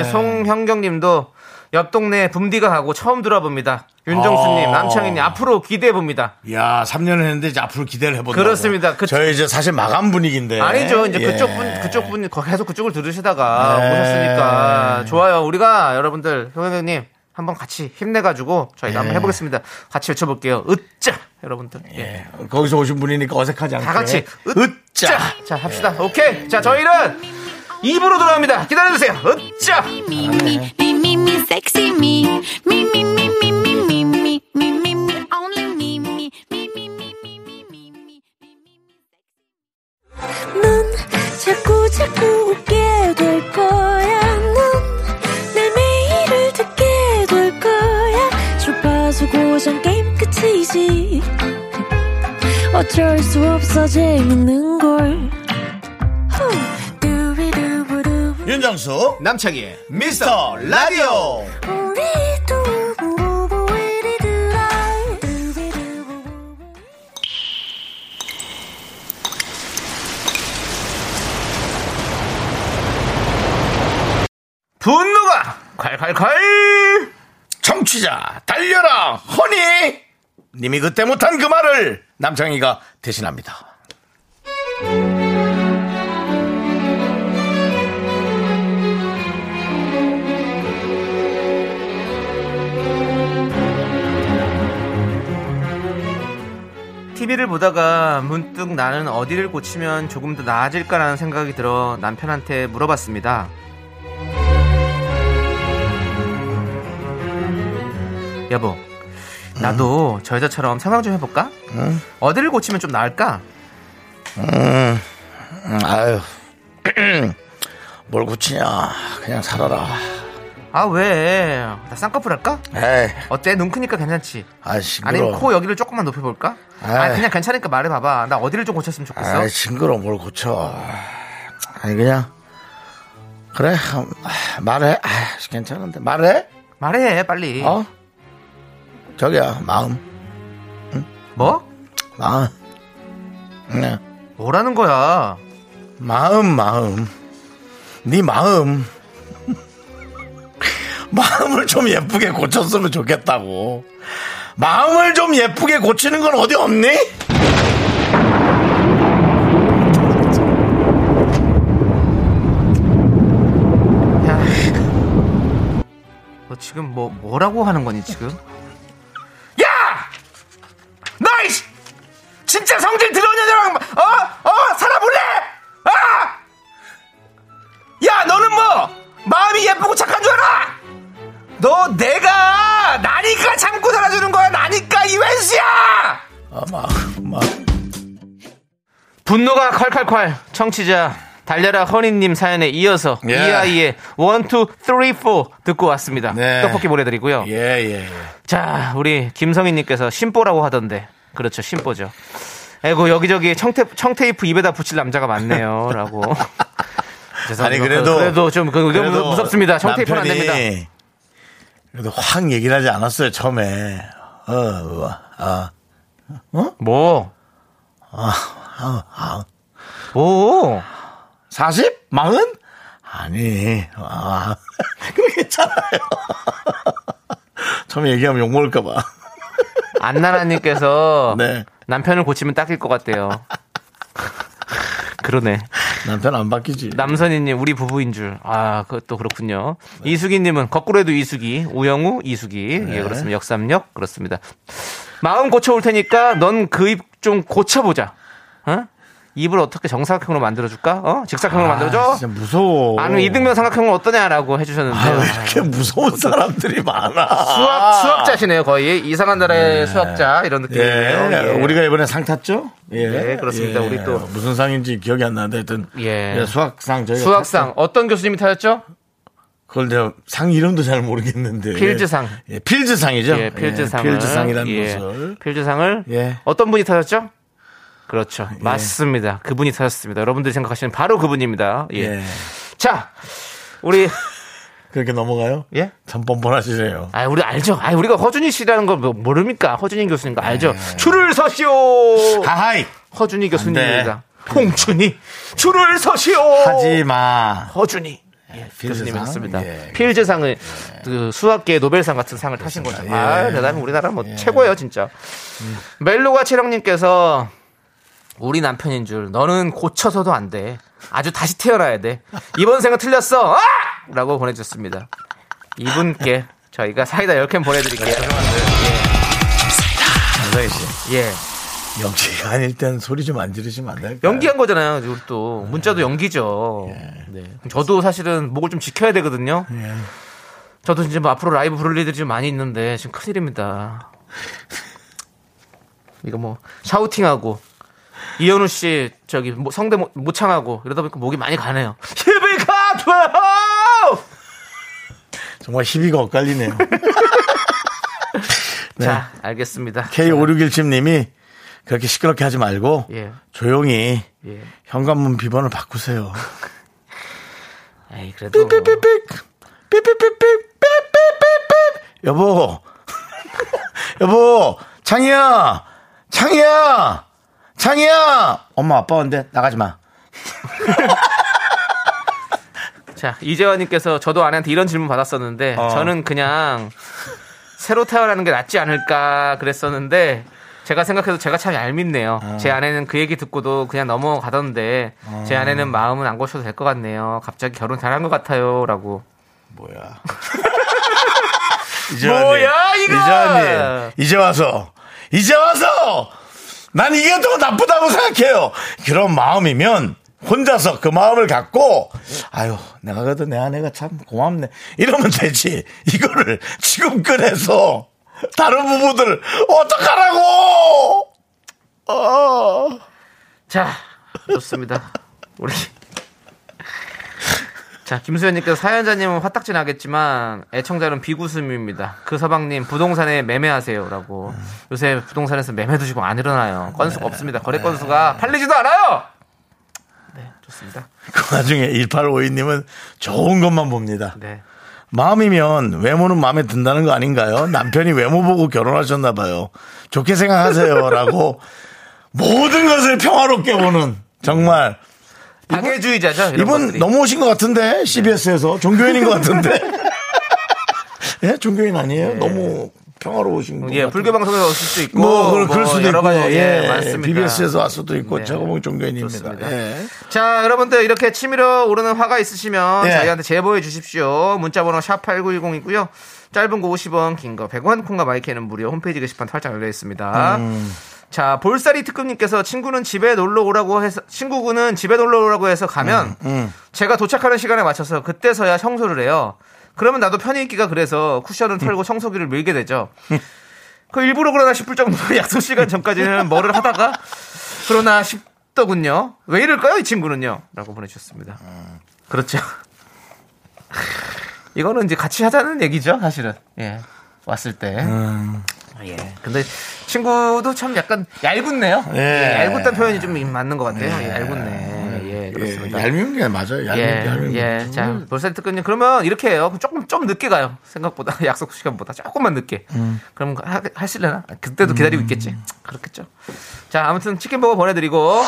A: 예.
B: 우리 송형경님도 옆 동네 붐디가 가고 처음 들어봅니다. 윤정수님,
A: 어.
B: 남창희님 앞으로 기대해 봅니다.
A: 야, 3년을 했는데 이제 앞으로 기대를 해본다.
B: 그렇습니다. 그-
A: 저희 이제 사실 마감 분위기인데.
B: 아니죠, 이제
A: 예.
B: 그쪽 분 그쪽 분 계속 그쪽을 들으시다가
A: 네.
B: 오셨으니까 좋아요. 우리가 여러분들 형형님 한번 같이 힘내가지고 저희가 한번
A: 예.
B: 해보겠습니다. 같이 외쳐볼게요. 으짜 여러분들. 예.
A: 예. 거기서 오신 분이니까 어색하지 않게.
B: 다 같이
A: 으짜.
B: 으짜 자 합시다 오케이 자 저희는 2부로 돌아옵니다 기다려주세요 으짜
C: Me, me, me, me, me, sexy me. Me, me, me, me, me, me, me, me, me, me, only me, me, me, me, me, me, me, me, me.
D: 넌 자꾸 자꾸 웃게 될 거야. 넌내 매일을 듣게 될 거야. 주파수 고정 게임 끝이지. 어쩔 수 없어 재밌는 걸. 후. 두비두부두.
A: 윤정수.
B: 남창희의
A: 미스터 라디오.
D: 우리 두부부부 우리 두라. 두비두부부.
B: 분노가 콸콸콸
A: 청취자, 달려라, 허니! 님이 그때 못한 그 말을 남창희가 대신합니다.
B: TV를 보다가 문득 나는 어디를 고치면 조금 더 나아질까라는 생각이 들어 남편한테 물어봤습니다. 여보, 나도 저 여자처럼 생각 좀 해볼까? 어디를 고치면 좀 나을까?
A: 음, 아유. 뭘 고치냐. 그냥 살아라.
B: 아, 왜? 나 쌍꺼풀 할까?
A: 에이,
B: 어때? 눈 크니까 괜찮지?
A: 아, 징그러.
B: 아니면 코 여기를 조금만 높여볼까? 아,
A: 에이.
B: 그냥 괜찮으니까 말해봐봐. 나 어디를 좀 고쳤으면 좋겠어?
A: 아, 징그러 뭘 고쳐. 아니, 그냥. 그래, 음, 아, 말해. 아, 괜찮은데. 말해?
B: 말해, 빨리.
A: 어? 저기야, 마음.
B: 뭐?
A: 마음. 네.
B: 뭐라는 거야?
A: 마음 마음 네 마음 마음을 좀 예쁘게 고쳤으면 좋겠다고 마음을 좀 예쁘게 고치는 건 어디 없니?
B: 야, 너 지금 뭐 뭐라고 하는 거니 지금? 야, 너이 씨! 진짜 성질 들어온 여자랑 어어 살아볼래? 아, 야 너는 뭐 마음이 예쁘고 착한 줄 알아? 너 내가 나니까 참고 살아주는 거야 나니까 이 웬수야!
A: 아, 마음 마음
B: 분노가 칼칼칼 청취자 달려라 허니님 사연에 이어서
A: 예.
B: 이아이의 1, 2, 3, 4 듣고 왔습니다.
A: 네.
B: 떡볶이 보내드리고요.
A: 예예
B: 자 우리 김성희님께서 심보라고 하던데 그렇죠 심보죠. 에고 여기저기 청테, 청테이프 입에다 붙일 남자가 많네요 라고 죄송합니다.
A: 아니, 그래도-
B: 그래도 좀 그, 그, 무섭습니다. 청테이프는 안 됩니다.
A: 그래도 확 얘기를 하지 않았어요 처음에 어, 어, 아,
B: 뭐?
A: 아, 아.
B: 뭐?
A: 40? 40? 아니 아. 그럼 괜찮아요 처음에 얘기하면 욕먹을까봐
B: 안나라님께서
A: 네.
B: 남편을 고치면 딱일 것 같대요. 그러네.
A: 남편 안 바뀌지.
B: 남선희님 우리 부부인 줄. 아 그것도 그렇군요.
A: 네.
B: 이수기님은 거꾸로 해도 이수기, 우영우 이수기. 예 그렇습니다. 역삼역 그렇습니다. 마음 고쳐올 테니까 넌 그 입 좀 고쳐보자. 어? 입을 어떻게 정사각형으로 만들어줄까? 어? 직사각형으로
A: 아,
B: 만들어줘?
A: 진짜 무서워.
B: 아니면 이등변 삼각형은 어떠냐라고
A: 아, 왜
B: 해주셨는데.
A: 이렇게 무서운 사람들이 많아. 네.
B: 수학, 수학자시네요, 거의. 이상한 나라의 수학자, 이런
A: 예,
B: 느낌이에요. 예.
A: 우리가 이번에 상 탔죠? 예,
B: 예, 그렇습니다. 우리 또-
A: 무슨 상인지 기억이 안 나는데 하여튼
B: 예.
A: 예, 수학상 저희가
B: 수학상, 어떤 교수님이 타셨죠?
A: 그걸 제가 상 이름도 잘 모르겠는데
B: 필즈상.
A: 예, 필즈상이죠.
B: 예, 필즈상을.
A: 이라는
B: 예,
A: 것을
B: 필즈상을
A: 예.
B: 어떤 분이 타셨죠? 그렇죠. 맞습니다. 그분이 타셨습니다. 여러분들이 생각하시는 바로 그분입니다. 예.
A: 예.
B: 자, 우리
A: 그렇게 넘어가요?
B: 예?
A: 참 뻔뻔하시네요.
B: 아, 우리 알죠. 아, 우리가 허준이 씨라는 거 뭐- 모릅니까? 허준이 교수님
A: 네.
B: 거 알죠. 줄을 서시오.
A: 하하이
B: 허준이 교수님입니다.
A: 아, 안
B: 홍준이 줄을 서시오.
A: 하지 마.
B: 허준이. 예,
A: 그 필즈상?
B: 교수님이 했습니다.
A: 예, 네.
B: 필즈상을 그 수학계 노벨상 같은 상을 타신 거죠.
A: 예. 음.
B: 아, 대단히 우리나라 뭐 최고예요, 진짜. 멜로가 칠형님께서 우리 남편인 줄 너는 고쳐서도 안 돼. 아주 다시 태어나야 돼. 이번 생은 틀렸어. 아! 라고 보내주셨습니다. 이분께 저희가 사이다 10캔 보내드릴게요.
A: 장상희 씨.
B: 예.
A: 연기가 아닐 땐 소리 좀 안 지르시면 안 될까요?
B: 연기한 거잖아요. 우리 또 문자도 연기죠. 네. 저도 사실은 목을 좀 지켜야 되거든요.
A: 예.
B: 저도 이제 뭐 앞으로 라이브 부를 일들이 좀 많이 있는데 지금 큰일입니다. 이거 뭐 샤우팅하고 이현우 씨 저기 뭐 성대 모- 모창하고 이러다 보니까 목이 많이 가네요. 힘이 가도
A: 정말 희비가 엇갈리네요.
B: 예. 자 알겠습니다.
A: K5617님이 그렇게 시끄럽게 하지 말고
B: 예.
A: 조용히
B: 예.
A: 현관문 비번을 바꾸세요.
B: 에이 그래도
A: 삑삑 삑삑삑삑 삑삑삑삑 여보 여보 창이야 창이야 창이야 엄마 아빠 온대 나가지 마.
B: 자 이재환님께서 저도 아내한테 이런 질문 받았었는데
A: 어.
B: 저는 그냥 새로 태어나는 게 낫지 않을까 그랬었는데 제가 생각해도 제가 참 얄밉네요. 제 아내는 그 얘기 듣고도 그냥 넘어가던데 제 아내는 마음은 안 고쳐도 될 것 같네요. 갑자기 결혼 잘한 것 같아요라고.
A: 뭐야. 이제 왔네.
B: 뭐야, 이거!
A: 이제 왔네. 이제 와서 이제 와서 난 이게 더 나쁘다고 생각해요. 그런 마음이면 혼자서 그 마음을 갖고 아유 내가 그래도 내 아내가 참 고맙네 이러면 되지 이거를 지금 꺼내서 다른 부부들 어떡하라고 어.
B: 자, 좋습니다. 우리. 자, 김수현님께서 사연자님은 화딱지 나겠지만 애청자는 비구슴입니다. 그 서방님 부동산에 매매하세요라고 요새 부동산에서 매매도 지금 안 일어나요.
A: 네.
B: 건수가 없습니다. 거래 건수가 팔리지도 않아요. 네, 좋습니다.
A: 그 와중에 1852님은 좋은 것만 봅니다
B: 네,
A: 마음이면 외모는 마음에 든다는 거 아닌가요? 남편이 외모 보고 결혼하셨나 봐요. 좋게 생각하세요라고 모든 것을 평화롭게 보는 정말
B: 박해주의자죠. 이런
A: 이분
B: 것들이.
A: 넘어오신 것 같은데 CBS에서 종교인인 것 같은데. 예, 종교인 아니에요? 너무 평화로우신 분.
B: 예, 불교 방송에서 오실 수 있고
A: 뭐, 그럴, 그럴 수도
B: 여러
A: 있고,
B: 가지 예,
A: 예,
B: 맞습니다.
A: BBS에서 왔 수도 있고,
B: 네.
A: 제가 보면 종교인입니다.
B: 좋습니다.
A: 예.
B: 자, 여러분들 이렇게 치밀어 오르는 화가 있으시면
A: 예.
B: 저희한테 제보해 주십시오. 문자번호 샵 #8910이고요. 짧은 거 50원, 긴 거 100원, 콩과 마이크는 무료. 홈페이지 게시판 활짝 열려 있습니다. 자, 볼살이 특급님께서 친구는 집에 놀러 오라고 해서 친구분은 집에 놀러 오라고 해서 가면 제가 도착하는 시간에 맞춰서 그때서야 청소를 해요. 그러면 나도 편히 있기가 그래서 쿠션을 털고 청소기를 밀게 되죠. 그 일부러 그러나 싶을 정도로 약속 시간 전까지는 뭐를 하다가 그러나 싶더군요. 왜 이럴까요, 이 친구는요? 라고 보내주셨습니다. 그렇죠. 이거는 이제 같이 하자는 얘기죠, 사실은. 예. 왔을 때. 예. 근데 친구도 참 약간 얄궂네요.
A: 예.
B: 예, 얄궂다는 표현이 좀 맞는 것 같아요. 예, 얄궂네. 예,
A: 예,
B: 그렇습니다.
A: 얄미운 게 맞아요. 얄미운 게.
B: 예,
A: 얄미운
B: 예.
A: 게.
B: 자, 볼살 특근님 그러면 이렇게 해요. 조금 좀 늦게 가요. 생각보다 약속 시간보다 조금만 늦게.
A: 음.
B: 그럼 하, 하실래나? 아, 그때도 기다리고 있겠지. 그렇겠죠. 자, 아무튼 치킨버거 보내드리고.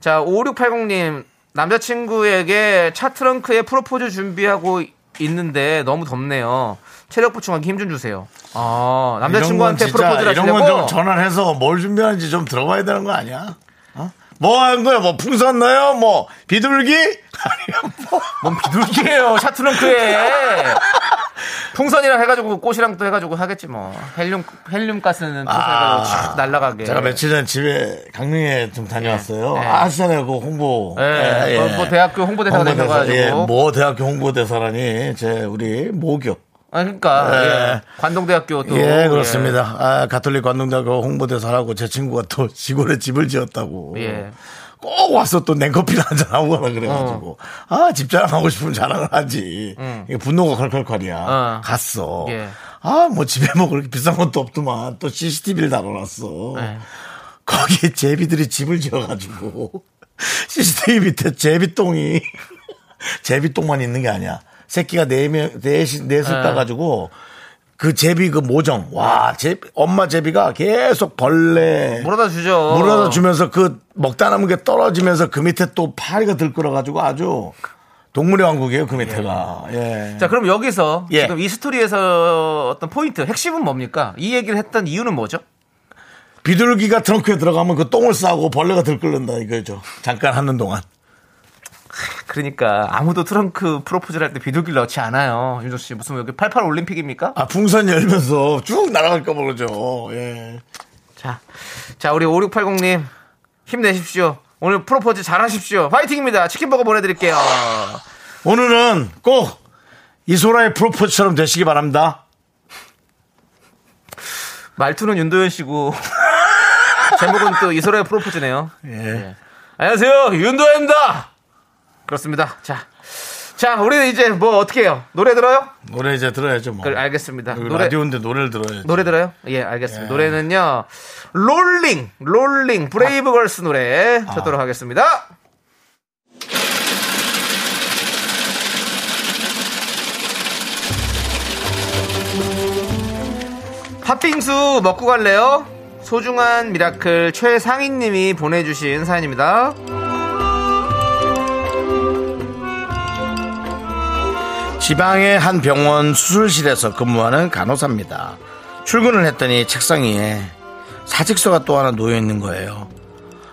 B: 자, 5680님 남자친구에게 차 트렁크에 프로포즈 준비하고 있는데 너무 덥네요. 체력 보충하기 힘 좀 주세요. 아, 남자친구한테
A: 이런 건 진짜
B: 프로포즈를
A: 이런 건
B: 하시려고
A: 좀 전화를 해서 뭘 준비하는지 좀 들어봐야 되는 거 아니야? 어? 뭐 하는 거야? 뭐 풍선 넣어요? 뭐 비둘기? 아니면 뭐
B: 뭔 비둘기예요 차 트렁크에 풍선이랑 해가지고 꽃이랑 또 해가지고 하겠지 뭐 헬륨 헬륨 가스는
A: 아,
B: 아, 날라가게
A: 제가 며칠 전에 집에 강릉에 좀 다녀왔어요.
B: 예.
A: 아, 아시잖아요. 그 홍보.
B: 예, 뭐, 뭐 대학교 홍보대사가 되셔가지고.
A: 예, 뭐 대학교 홍보대사라니. 제 우리 모교.
B: 아 그러니까
A: 예.
B: 예. 관동대학교 또
A: 예, 그렇습니다. 아, 가톨릭 관동대학교 홍보대사라고 제 친구가 또 시골에 집을 지었다고.
B: 예.
A: 꼭 와서 또 냉커피를 한잔 하고 가라 그래가지고.
B: 어.
A: 아, 집 자랑하고 싶으면 자랑을 하지. 이게 분노가 컬컬컬이야.
B: 음. 어.
A: 갔어.
B: 예.
A: 아, 뭐 집에 뭐 그렇게 비싼 것도 없더만. 또 CCTV를 달아놨어.
B: 예.
A: 거기에 제비들이 집을 지어가지고 CCTV 밑에 제비똥이 제비똥만 있는 게 아니야. 새끼가 네명 넷이 넷을 따가지고 그 제비 그 모정 와 제비 엄마 제비가 계속 벌레
B: 예. 물어다 주죠
A: 물어다 주면서 그 먹다 남은 게 떨어지면서 그 밑에 또 파리가 들끓어가지고 아주 동물의 왕국이에요 그 밑에가 예.
B: 자 그럼 여기서
A: 예.
B: 지금 이 스토리에서 어떤 포인트 핵심은 뭡니까 이 얘기를 했던 이유는 뭐죠
A: 비둘기가 트렁크에 들어가면 그 똥을 싸고 벌레가 들끓는다 이거죠 잠깐 하는 동안
B: 그러니까 아무도 트렁크 프로포즈를 할 때 비둘기를 넣지 않아요 윤정 씨 무슨 뭐 여기 88 올림픽입니까
A: 아, 풍선 열면서 쭉 날아갈까 모르죠. 예.
B: 자, 자 우리 5680님 힘내십시오. 오늘 프로포즈 잘하십시오. 화이팅입니다. 치킨버거 보내드릴게요.
A: 오늘은 꼭 이소라의 프로포즈처럼 되시기 바랍니다.
B: 말투는 윤도현 씨고 제목은 또 이소라의 프로포즈네요.
A: 예.
B: 안녕하세요, 윤도현입니다. 그렇습니다. 자, 자 우리는 이제 뭐 어떻게 해요? 노래 들어요?
A: 노래 이제 들어야죠, 뭐.
B: 그 알겠습니다.
A: 여기
B: 노래
A: 라디오인데 노래를 들어야죠.
B: 노래 들어요? 예, 알겠습니다. 노래는요, 롤링, 롤링, 브레이브걸스 노래 듣도록 하겠습니다. 팥빙수 먹고 갈래요? 소중한 미라클 최상희님이 보내주신 사연입니다.
A: 지방의 한 병원 수술실에서 근무하는 간호사입니다. 출근을 했더니 책상 위에 사직서가 또 하나 놓여 있는 거예요.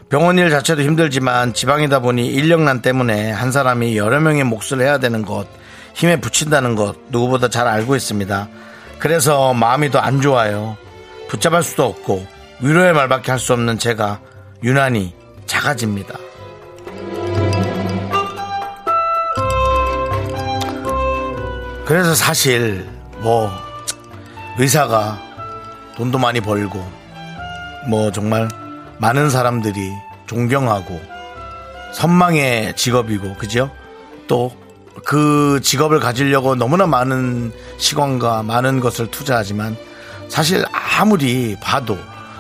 A: 병원 일 자체도 힘들지만 지방이다 보니 인력난 때문에 한 사람이 여러 명의 몫을 해야 되는 것, 힘에 붙인다는 것 누구보다 잘 알고 있습니다. 그래서 마음이 더 안 좋아요. 붙잡을 수도 없고 위로의 말밖에 할 수 없는 제가 유난히 작아집니다. 그래서 사실 뭐 의사가 돈도 많이 벌고 뭐 정말 많은 사람들이 존경하고 선망의 직업이고 그죠? 또 그 직업을 가지려고 너무나 많은 시간과 많은 것을 투자하지만 사실 아무리 봐도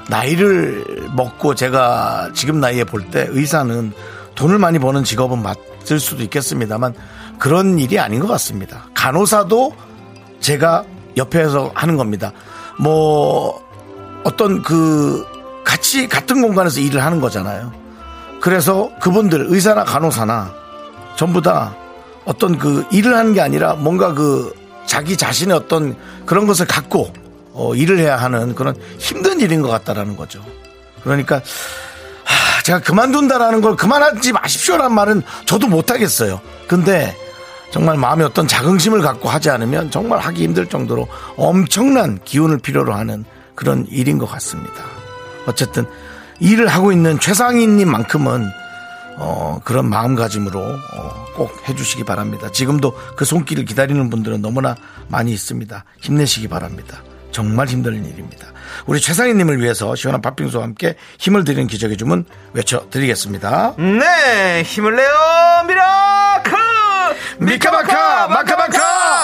A: 나이를 먹고 제가 지금 나이에 볼 때 의사는 돈을 많이 버는 직업은 맞을 수도 있겠습니다만 그런 일이 아닌 것 같습니다. 간호사도 제가 옆에서 하는 겁니다. 뭐 어떤 그 같이 같은 공간에서 일을 하는 거잖아요. 그래서 그분들 의사나 간호사나 전부 다 어떤 그 일을 하는 게 아니라 뭔가 그 자기 자신의 어떤 그런 것을 갖고 어, 일을 해야 하는 그런 힘든 일인 것 같다라는 거죠. 그러니까 하, 제가 그만둔다라는 걸 그만하지 마십시오라는 말은 저도 못하겠어요. 근데 정말 마음에 어떤 자긍심을 갖고 하지 않으면 정말 하기 힘들 정도로 엄청난 기운을 필요로 하는 그런 일인 것 같습니다. 어쨌든 일을 하고 있는 최상인님만큼은 어, 그런 마음가짐으로 어, 꼭 해주시기 바랍니다. 지금도 그 손길을 기다리는 분들은 너무나 많이 있습니다. 힘내시기 바랍니다. 정말 힘든 일입니다. 우리 최상희님을 위해서 시원한 팥빙수와 함께 힘을 드리는 기적의 주문 외쳐드리겠습니다.
B: 네, 힘을 내요, 미라클!
A: 미카마카 마카마카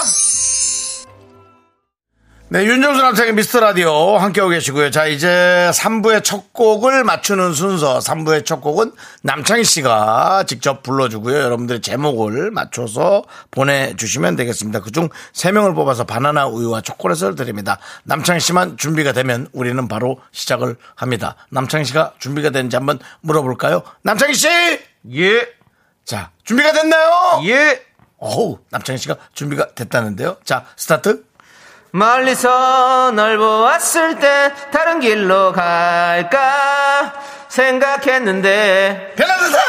A: 네 윤정수 남창의 미스터라디오 함께하고 계시고요 자 이제 3부의 첫 곡을 맞추는 순서 3부의 첫 곡은 남창희 씨가 직접 불러주고요 여러분들의 제목을 맞춰서 보내주시면 되겠습니다 그중 3명을 뽑아서 바나나 우유와 초콜릿을 드립니다 남창희 씨만 준비가 되면 우리는 바로 시작을 합니다 남창희 씨가 준비가 되는지 한번 물어볼까요 남창희 씨자
B: 예,
A: 준비가 됐나요
B: 예.
A: 어우, 남창희 씨가 준비가 됐다는데요. 자, 스타트.
B: 멀리서 널 보았을 때 다른 길로 갈까 생각했는데
A: 변화산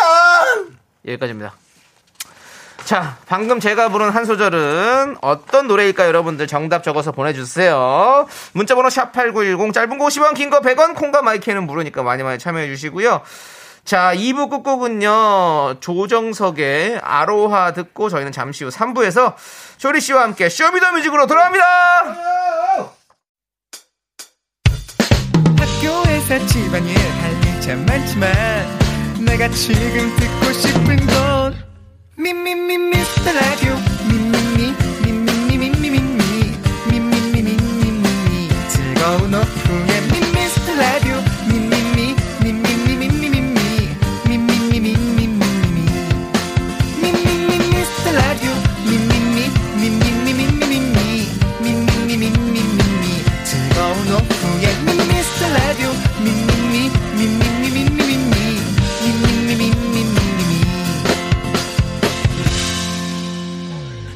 B: 여기까지입니다. 자, 방금 제가 부른 한 소절은 어떤 노래일까 여러분들 정답 적어서 보내주세요. 문자번호 샵8910 짧은 거 50원 긴 거 100원 콩과 마이크는 무료니까 많이 많이 참여해 주시고요. 자, 2부 끝곡은요. 조정석의 아로하 듣고 저희는 잠시 후 3부에서 쇼리 씨와 함께 쇼미더뮤직으로 돌아옵니다.
E: 학교에서 집안일 할 일 참 많지만 내가 지금 듣고 싶은 건 미미미 미스터 라디오 미미미 미미미 미미미 미미미 미미미 미미미 즐거운 오후에 미스터 라디오 미미미 미미미 미미미 미미미 미미미 미미미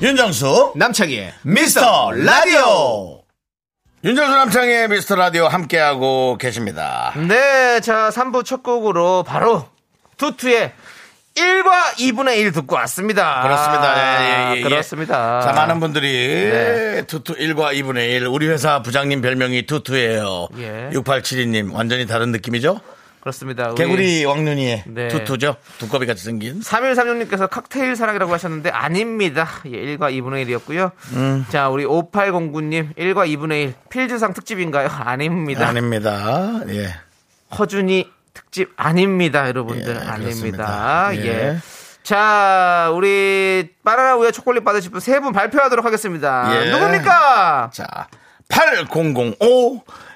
A: 윤정수
B: 남창희의
A: 미스터 라디오. 윤정수 남창의 미스터 라디오 함께하고 계십니다.
B: 네, 자, 3부 첫 곡으로 바로 투투의 1과 2분의 1 듣고 왔습니다.
A: 아, 그렇습니다. 네. 예, 예, 예, 예.
B: 그렇습니다.
A: 자, 많은 분들이 투투 1과 2분의 1. 우리 회사 부장님 별명이 투투예요.
B: 예.
A: 6872님 완전히 다른 느낌이죠?
B: 그렇습니다. 우리
A: 개구리 왕눈이의
B: 네.
A: 투투죠. 두꺼비 같이 생긴.
B: 3136님께서 칵테일 사랑이라고 하셨는데 아닙니다. 예, 1과 2분의 1이었고요.
A: 음.
B: 자, 우리 5809님 1과 2분의 1 필즈상 특집인가요?
A: 네.
B: 아닙니다.
A: 아닙니다. 예.
B: 허준이 특집 아닙니다, 여러분들.
A: 예, 그렇습니다.
B: 아닙니다. 예.
A: 예.
B: 자, 우리 바나나 우유 초콜릿 받으실 분 세 분 발표하도록 하겠습니다.
A: 예.
B: 누굽니까?
A: 자, 8005,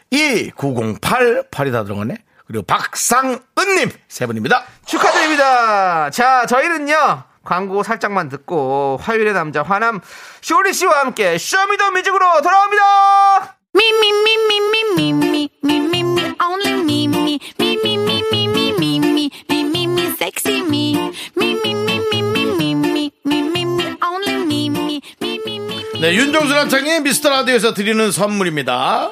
A: 2908, 8이 다 들어가네. 그리고 박상은님, 세 분입니다.
B: 축하드립니다. 자, 저희는요. 광고 살짝만 듣고 화요일의 남자 화남 쇼리 씨와 함께 쇼미더뮤직으로 돌아옵니다.
C: Me, me, me, me, me, me, me, me, me, me, only me, me, me, me, me, me, me, me, me, me, me, me, sexy me, me, me, me, me, me, me, me, me, me, me, only me, me, me, me, me.
A: 네, 윤종수 남창의 미스터 라디오에서 드리는 선물입니다.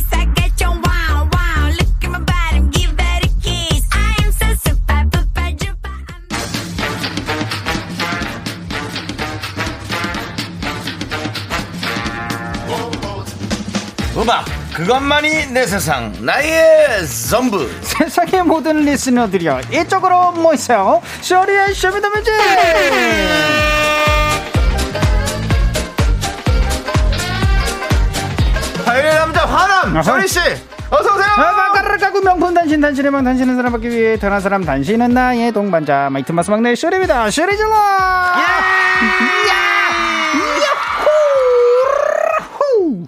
D: psych at your wow wow. Look at my body, give that a kiss. I am so super, super, duper. I'm
F: 음악 그것만이 내 세상
A: 나의 전부
G: 세상의 모든 리스너들이여 이쪽으로 모이세요 쇼리의 쇼미더뮤직
B: 바이올의 남자 화남
G: 아하. 아.
B: 소리씨 어서오세요
G: 마가를 까고 명품 단신 단신의 망 단신은 사람받기 위해 변한 사람 단신은 나의 동반자 마이트 마스 막내 쇼리입니다 쇼리 질러
B: 예!
G: 예!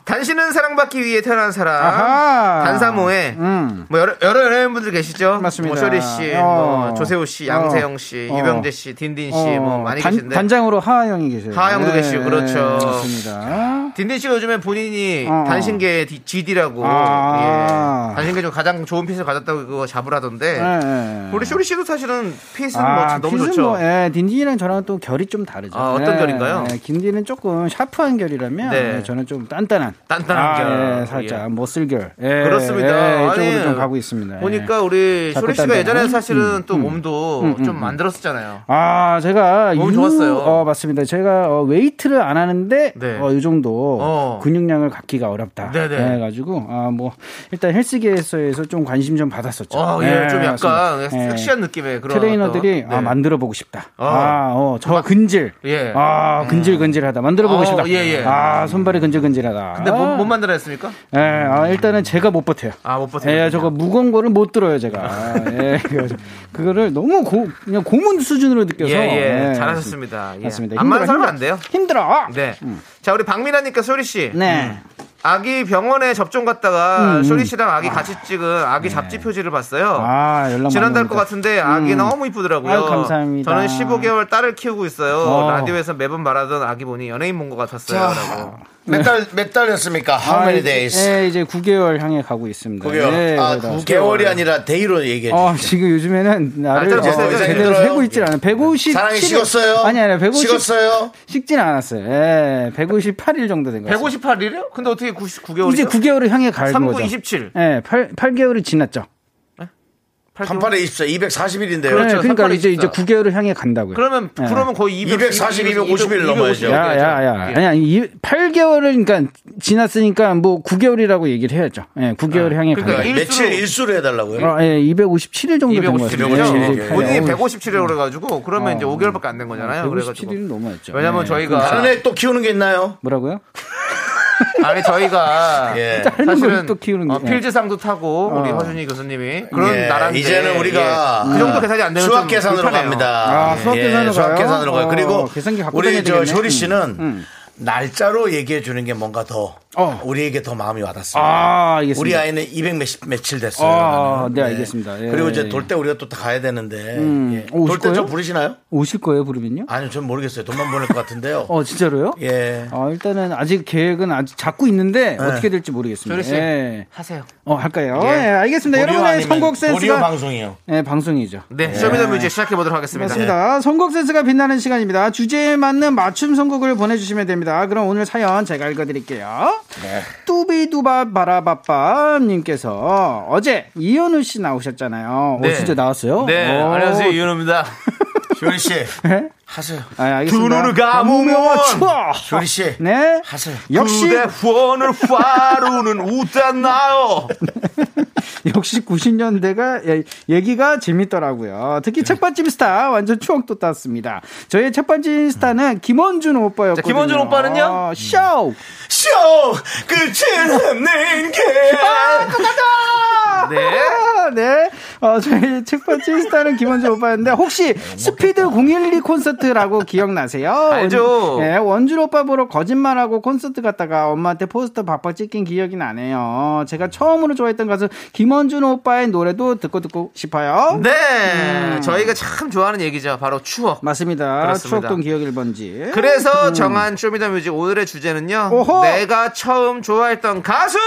B: 당신은 사랑받기 위해 태어난 사람
G: 아하.
B: 단사모에
G: 음.
B: 뭐 여러, 여러 연예인분들 계시죠
G: 맞습니다.
B: 뭐 쇼리씨
G: 어.
B: 뭐 조세호씨 양세형씨
G: 어.
B: 유병재씨 딘딘씨
G: 어,
B: 뭐 많이
G: 단-
B: 계신데
G: 단장으로 하하 형이 계세요 네,
B: 하하 형도 계시고, 그렇죠.
G: 맞습니다
B: 딘딘 씨가 요즘에 본인이
G: 어.
B: 단신계 GD라고
G: 아.
B: 예. 단신계 중 가장 좋은 핏을 가졌다고 그거 잡으라던데
G: 예, 예.
B: 우리 쇼리 씨도 사실은 핏은
G: 아,
B: 뭐 너무
G: 핏은
B: 좋죠.
G: 뭐, 예, 딘딘이랑 저랑 또 결이 좀 다르죠.
B: 아, 어떤 결인가요?
G: 예, 딘딘은 조금 샤프한 결이라면
B: 네.
G: 예, 저는 좀 단단한.
B: 단단한
G: 아,
B: 결.
G: 예, 살짝
B: 예.
G: 못쓸 결. 예,
B: 그렇습니다.
G: 예, 이쪽으로
B: 아니,
G: 좀 가고 있습니다. 예.
B: 보니까 우리
G: 자꾸
B: 쇼리 씨가
G: 딴다.
B: 예전에
G: 음,
B: 사실은
G: 음,
B: 또
G: 음.
B: 몸도
G: 음, 음,
B: 좀
G: 음.
B: 만들었었잖아요.
G: 아, 제가
B: 너무
G: 유-
B: 좋았어요.
G: 어, 맞습니다. 제가 어, 웨이트를 안 하는데
B: 네.
G: 어, 이 정도
B: 어.
G: 근육량을 갖기가 어렵다.
B: 네네.
G: 해 가지고 아, 뭐 일단 헬스계에서 좀 관심 좀 받았었죠.
B: 어, 예,
G: 예,
B: 좀 약간
G: 맞습니다. 예.
B: 섹시한 느낌의 그런
G: 트레이너들이
B: 어떤- 네.
G: 아, 만들어 보고 싶다.
B: 어.
G: 아, 어, 저 근질.
B: 예.
G: 아, 근질근질하다. 만들어 보고
B: 어,
G: 싶다.
B: 예, 예.
G: 아, 손발이 근질근질하다.
B: 근데 뭐, 못, 못 만들어냈습니까?
G: 예, 아, 일단은 제가 못 버텨요.
B: 아, 못 버텨요.
G: 예, 저거 무거운 거를 못 들어요, 제가. 아, 예, 그래가지고 그거를 너무 고, 그냥 고문 수준으로 느껴서.
B: 예, 예,
G: 예,
B: 잘하셨습니다. 예.
G: 맞습니다.
B: 안 맞는
G: 힘들어,
B: 사람은 안 돼요.
G: 힘들어.
B: 네. 자, 우리 박미라니까 쇼리 씨. 음.
A: 음,
G: 네.
B: 아기 병원에 접종
G: 음,
B: 갔다가 쇼리 씨랑 아기 같이 찍은 아기 잡지 표지를 봤어요.
G: 네. 아, 연락 많이
B: 지난달 것
G: 옵니다. 음.
B: 같은데 아기 너무 이쁘더라고요.
G: 아유, 감사합니다.
B: 저는 15개월 딸을 키우고 있어요.
G: 어.
B: 라디오에서 매번 말하던 아기 보니 연예인 본 것 같았어요. 라고.
A: 몇 달 몇 달이었습니까? How
G: 아,
A: many
G: 이제-
A: days?
G: 예, 이제 9개월 향해 가고 있습니다.
A: 9개월.
G: 예,
A: 아,
G: 그러다.
A: 9개월이 아니라 데이로 얘기해 주세요.
G: 어, 지금 요즘에는 나를
B: 날짜를
G: 어,
B: 재세요,
G: 제대로
A: 재세요.
G: 세고 있질 않아요. 150.
A: 사랑이 식었어요?
G: 아니, 아니, 150.
A: 식었어요?
G: 식진 않았어요. 예, 158일 정도 된것 같아요.
B: 158일이요? 근데 어떻게 99개월이요?
G: 이제 9개월을 향해 갈
B: 3, 9,
G: 거죠.
B: 27.
G: 예, 8, 8개월이 지났죠.
A: 38에 24, 240일인데요.
G: 네,
B: 그렇죠.
G: 그러니까
B: 384.
G: 이제 이제 9개월을 향해 간다고요.
B: 그러면
G: 예.
B: 그러면 거의 200,
A: 240, 250일 넘어야죠.
G: 야,
B: 예.
G: 야, 야. 아니, 아니, 이 8개월을, 그러니까, 지났으니까, 뭐, 9개월이라고 얘기를 해야죠. 예, 9개월 을 향해
B: 그러니까
G: 간다.
B: 일-
A: 며칠
B: 일수로-
A: 일수로 해달라고요?
G: 어, 예, 257일 정도 된것 같아요.
A: 257
G: 예,
A: 이요?
G: 이제
B: 본인이
G: 팔-
B: 157이라고 그래가지고 그러면 이제 5개월밖에 안 된 거잖아요. 그래가지고
G: 157일은 어. 넘어였죠.
B: 왜냐면
G: 예.
B: 저희가
A: 다른 애 또 키우는 게 있나요?
G: 뭐라고요?
B: 아니 저희가
A: 예.
G: 다른
B: 네, 사실은
G: 걸또 키우는
B: 어,
G: 게.
B: 필즈상도 타고 우리
G: 어.
B: 허준이 교수님이 그런
A: 예,
B: 나라인데
A: 이제는 우리가
B: 예. 그 정도 계산이 안 되는
A: 수학 계산으로 갑니다. 예,
G: 아, 수학 계산으로
A: 수학
G: 가요?
A: 계산으로 가요.
G: 어,
A: 그리고
G: 계산기 갖고
A: 우리
G: 다녀야
A: 저
G: 되겠네.
A: 효리 씨는
G: 음.
A: 날짜로 얘기해 주는 게 뭔가 더
G: 어.
A: 우리에게 더 마음이 와닿습니다.
G: 아, 알겠습니다.
A: 우리 아이는 200 몇십 며칠 됐어요.
G: 아,
A: 나는.
G: 네, 알겠습니다. 예.
A: 그리고 이제 돌 때 우리가 또 다 가야 되는데
G: 음. 오,
A: 돌 때좀
G: 오실 거예요?
A: 부르시나요?
G: 오실 거예요, 부르면요?
A: 아니요, 전 모르겠어요. 돈만 보낼 것 같은데요.
G: 어, 진짜로요?
A: 예.
G: 아, 일단은 아직 계획은 아직 잡고 있는데 어떻게 될지 모르겠습니다.
B: 예. 조리 씨
G: 예.
B: 하세요.
G: 어, 할까요?
B: 예.
G: 예, 알겠습니다.
A: 오디오
G: 여러분의
A: 아니면
G: 선곡
A: 오디오
G: 센스가
A: 방송이요.
G: 예, 방송이죠.
B: 네, 쇼미더뮤직 시작해 보도록 하겠습니다.
G: 맞습니다. 선곡 센스가 빛나는 시간입니다. 주제에 맞는 맞춤 선곡을 보내주시면 됩니다. 그럼 오늘 사연 제가 읽어드릴게요.
B: 네.
G: 뚜비두바 바라바빠님께서 어제 이현우 씨 나오셨잖아요.
B: 네.
G: 어, 진짜 나왔어요?
B: 네,
G: 오.
B: 안녕하세요 이윤호입니다.
A: 효리 씨
G: 네?
A: 하세요.
G: 아,
B: 두
G: 알겠습니다.
B: 눈을 감으면
G: 추워.
A: 효리 씨
G: 네.
A: 하세요.
G: 역시
B: 그대 후원을 화루는 웃잖아요.
G: 역시 90년대가 예, 얘기가 재밌더라고요.
B: 네.
G: 특히 책받침 스타 완전 추억 돋았습니다. 저의 책받침 스타는 김원준 오빠였거든요.
B: 음. 자, 김원준 오빠는요?
G: 어, 쇼.
A: 쇼 끝은 없는 게
B: 네.
G: 네. 어, 저희 첫 번째 스타는 김원주 오빠였는데 혹시 스피드 012 콘서트라고 기억나세요?
B: 알죠.
G: 원- 네, 원준 오빠 보러 거짓말하고 콘서트 갔다가 엄마한테 포스터 박박 찍힌 기억이 나네요. 제가 처음으로 좋아했던 가수 김원준 오빠의 노래도 듣고 듣고 싶어요. 음.
B: 네. 저희가 참 좋아하는 얘기죠. 바로 추억.
G: 맞습니다.
B: 그렇습니다.
G: 추억동 기억 1번지.
B: 그래서 정한 쇼미더뮤직 오늘의 주제는요.
G: 음. 오호.
B: 내가 처음 좋아했던 가수!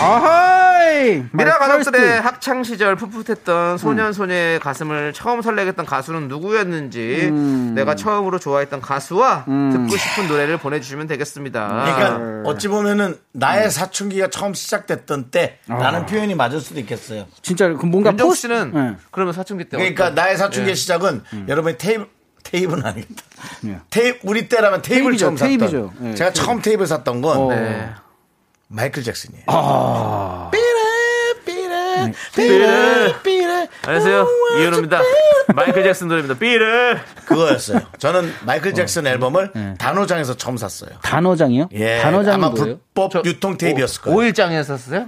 G: 어허이!
B: 미라 네.
G: My first.
B: 가족들의 학창 시절 풋풋했던 소년 소녀의 가슴을 처음 설레겠던 가수는 누구였는지 내가 처음으로 좋아했던 가수와
G: 음.
B: 듣고 싶은 노래를 보내주시면 되겠습니다.
G: 아.
A: 그러니까 어찌 보면은 나의 사춘기가 처음 시작됐던 때라는 표현이 맞을 수도 있겠어요.
G: 진짜 아. 그 뭔가
B: 윤정
G: 포스
B: 씨는
G: 네.
B: 그러면 사춘기 때
A: 그러니까
B: 어떤-
A: 나의 사춘기의 시작은 여러분이 테이블 테이블은 아니겠다.
G: 음. 예.
A: 테이프 우리 때라면 테이블
G: 테이프죠,
A: 처음 샀던.
G: 테이프죠. 어. 예,
A: 제가 처음 테이블 샀던 건
B: 네.
A: 마이클 잭슨이에요.
G: 아.
A: 삐레 삐레 삐레
B: 삐레.
A: 삐레
B: 안녕하세요
G: 음.
B: 이현우입니다. 마이클 잭슨 노래입니다. 삐를
A: 그거였어요. 저는 마이클 잭슨 앨범을 단호장에서 처음 샀어요.
G: 예. 단어장이요?
A: 예,
G: 단어장이
A: 아마
G: 뭐예요?
A: 불법 유통 테이프였을 거예요.
B: 5일장에서 썼어요?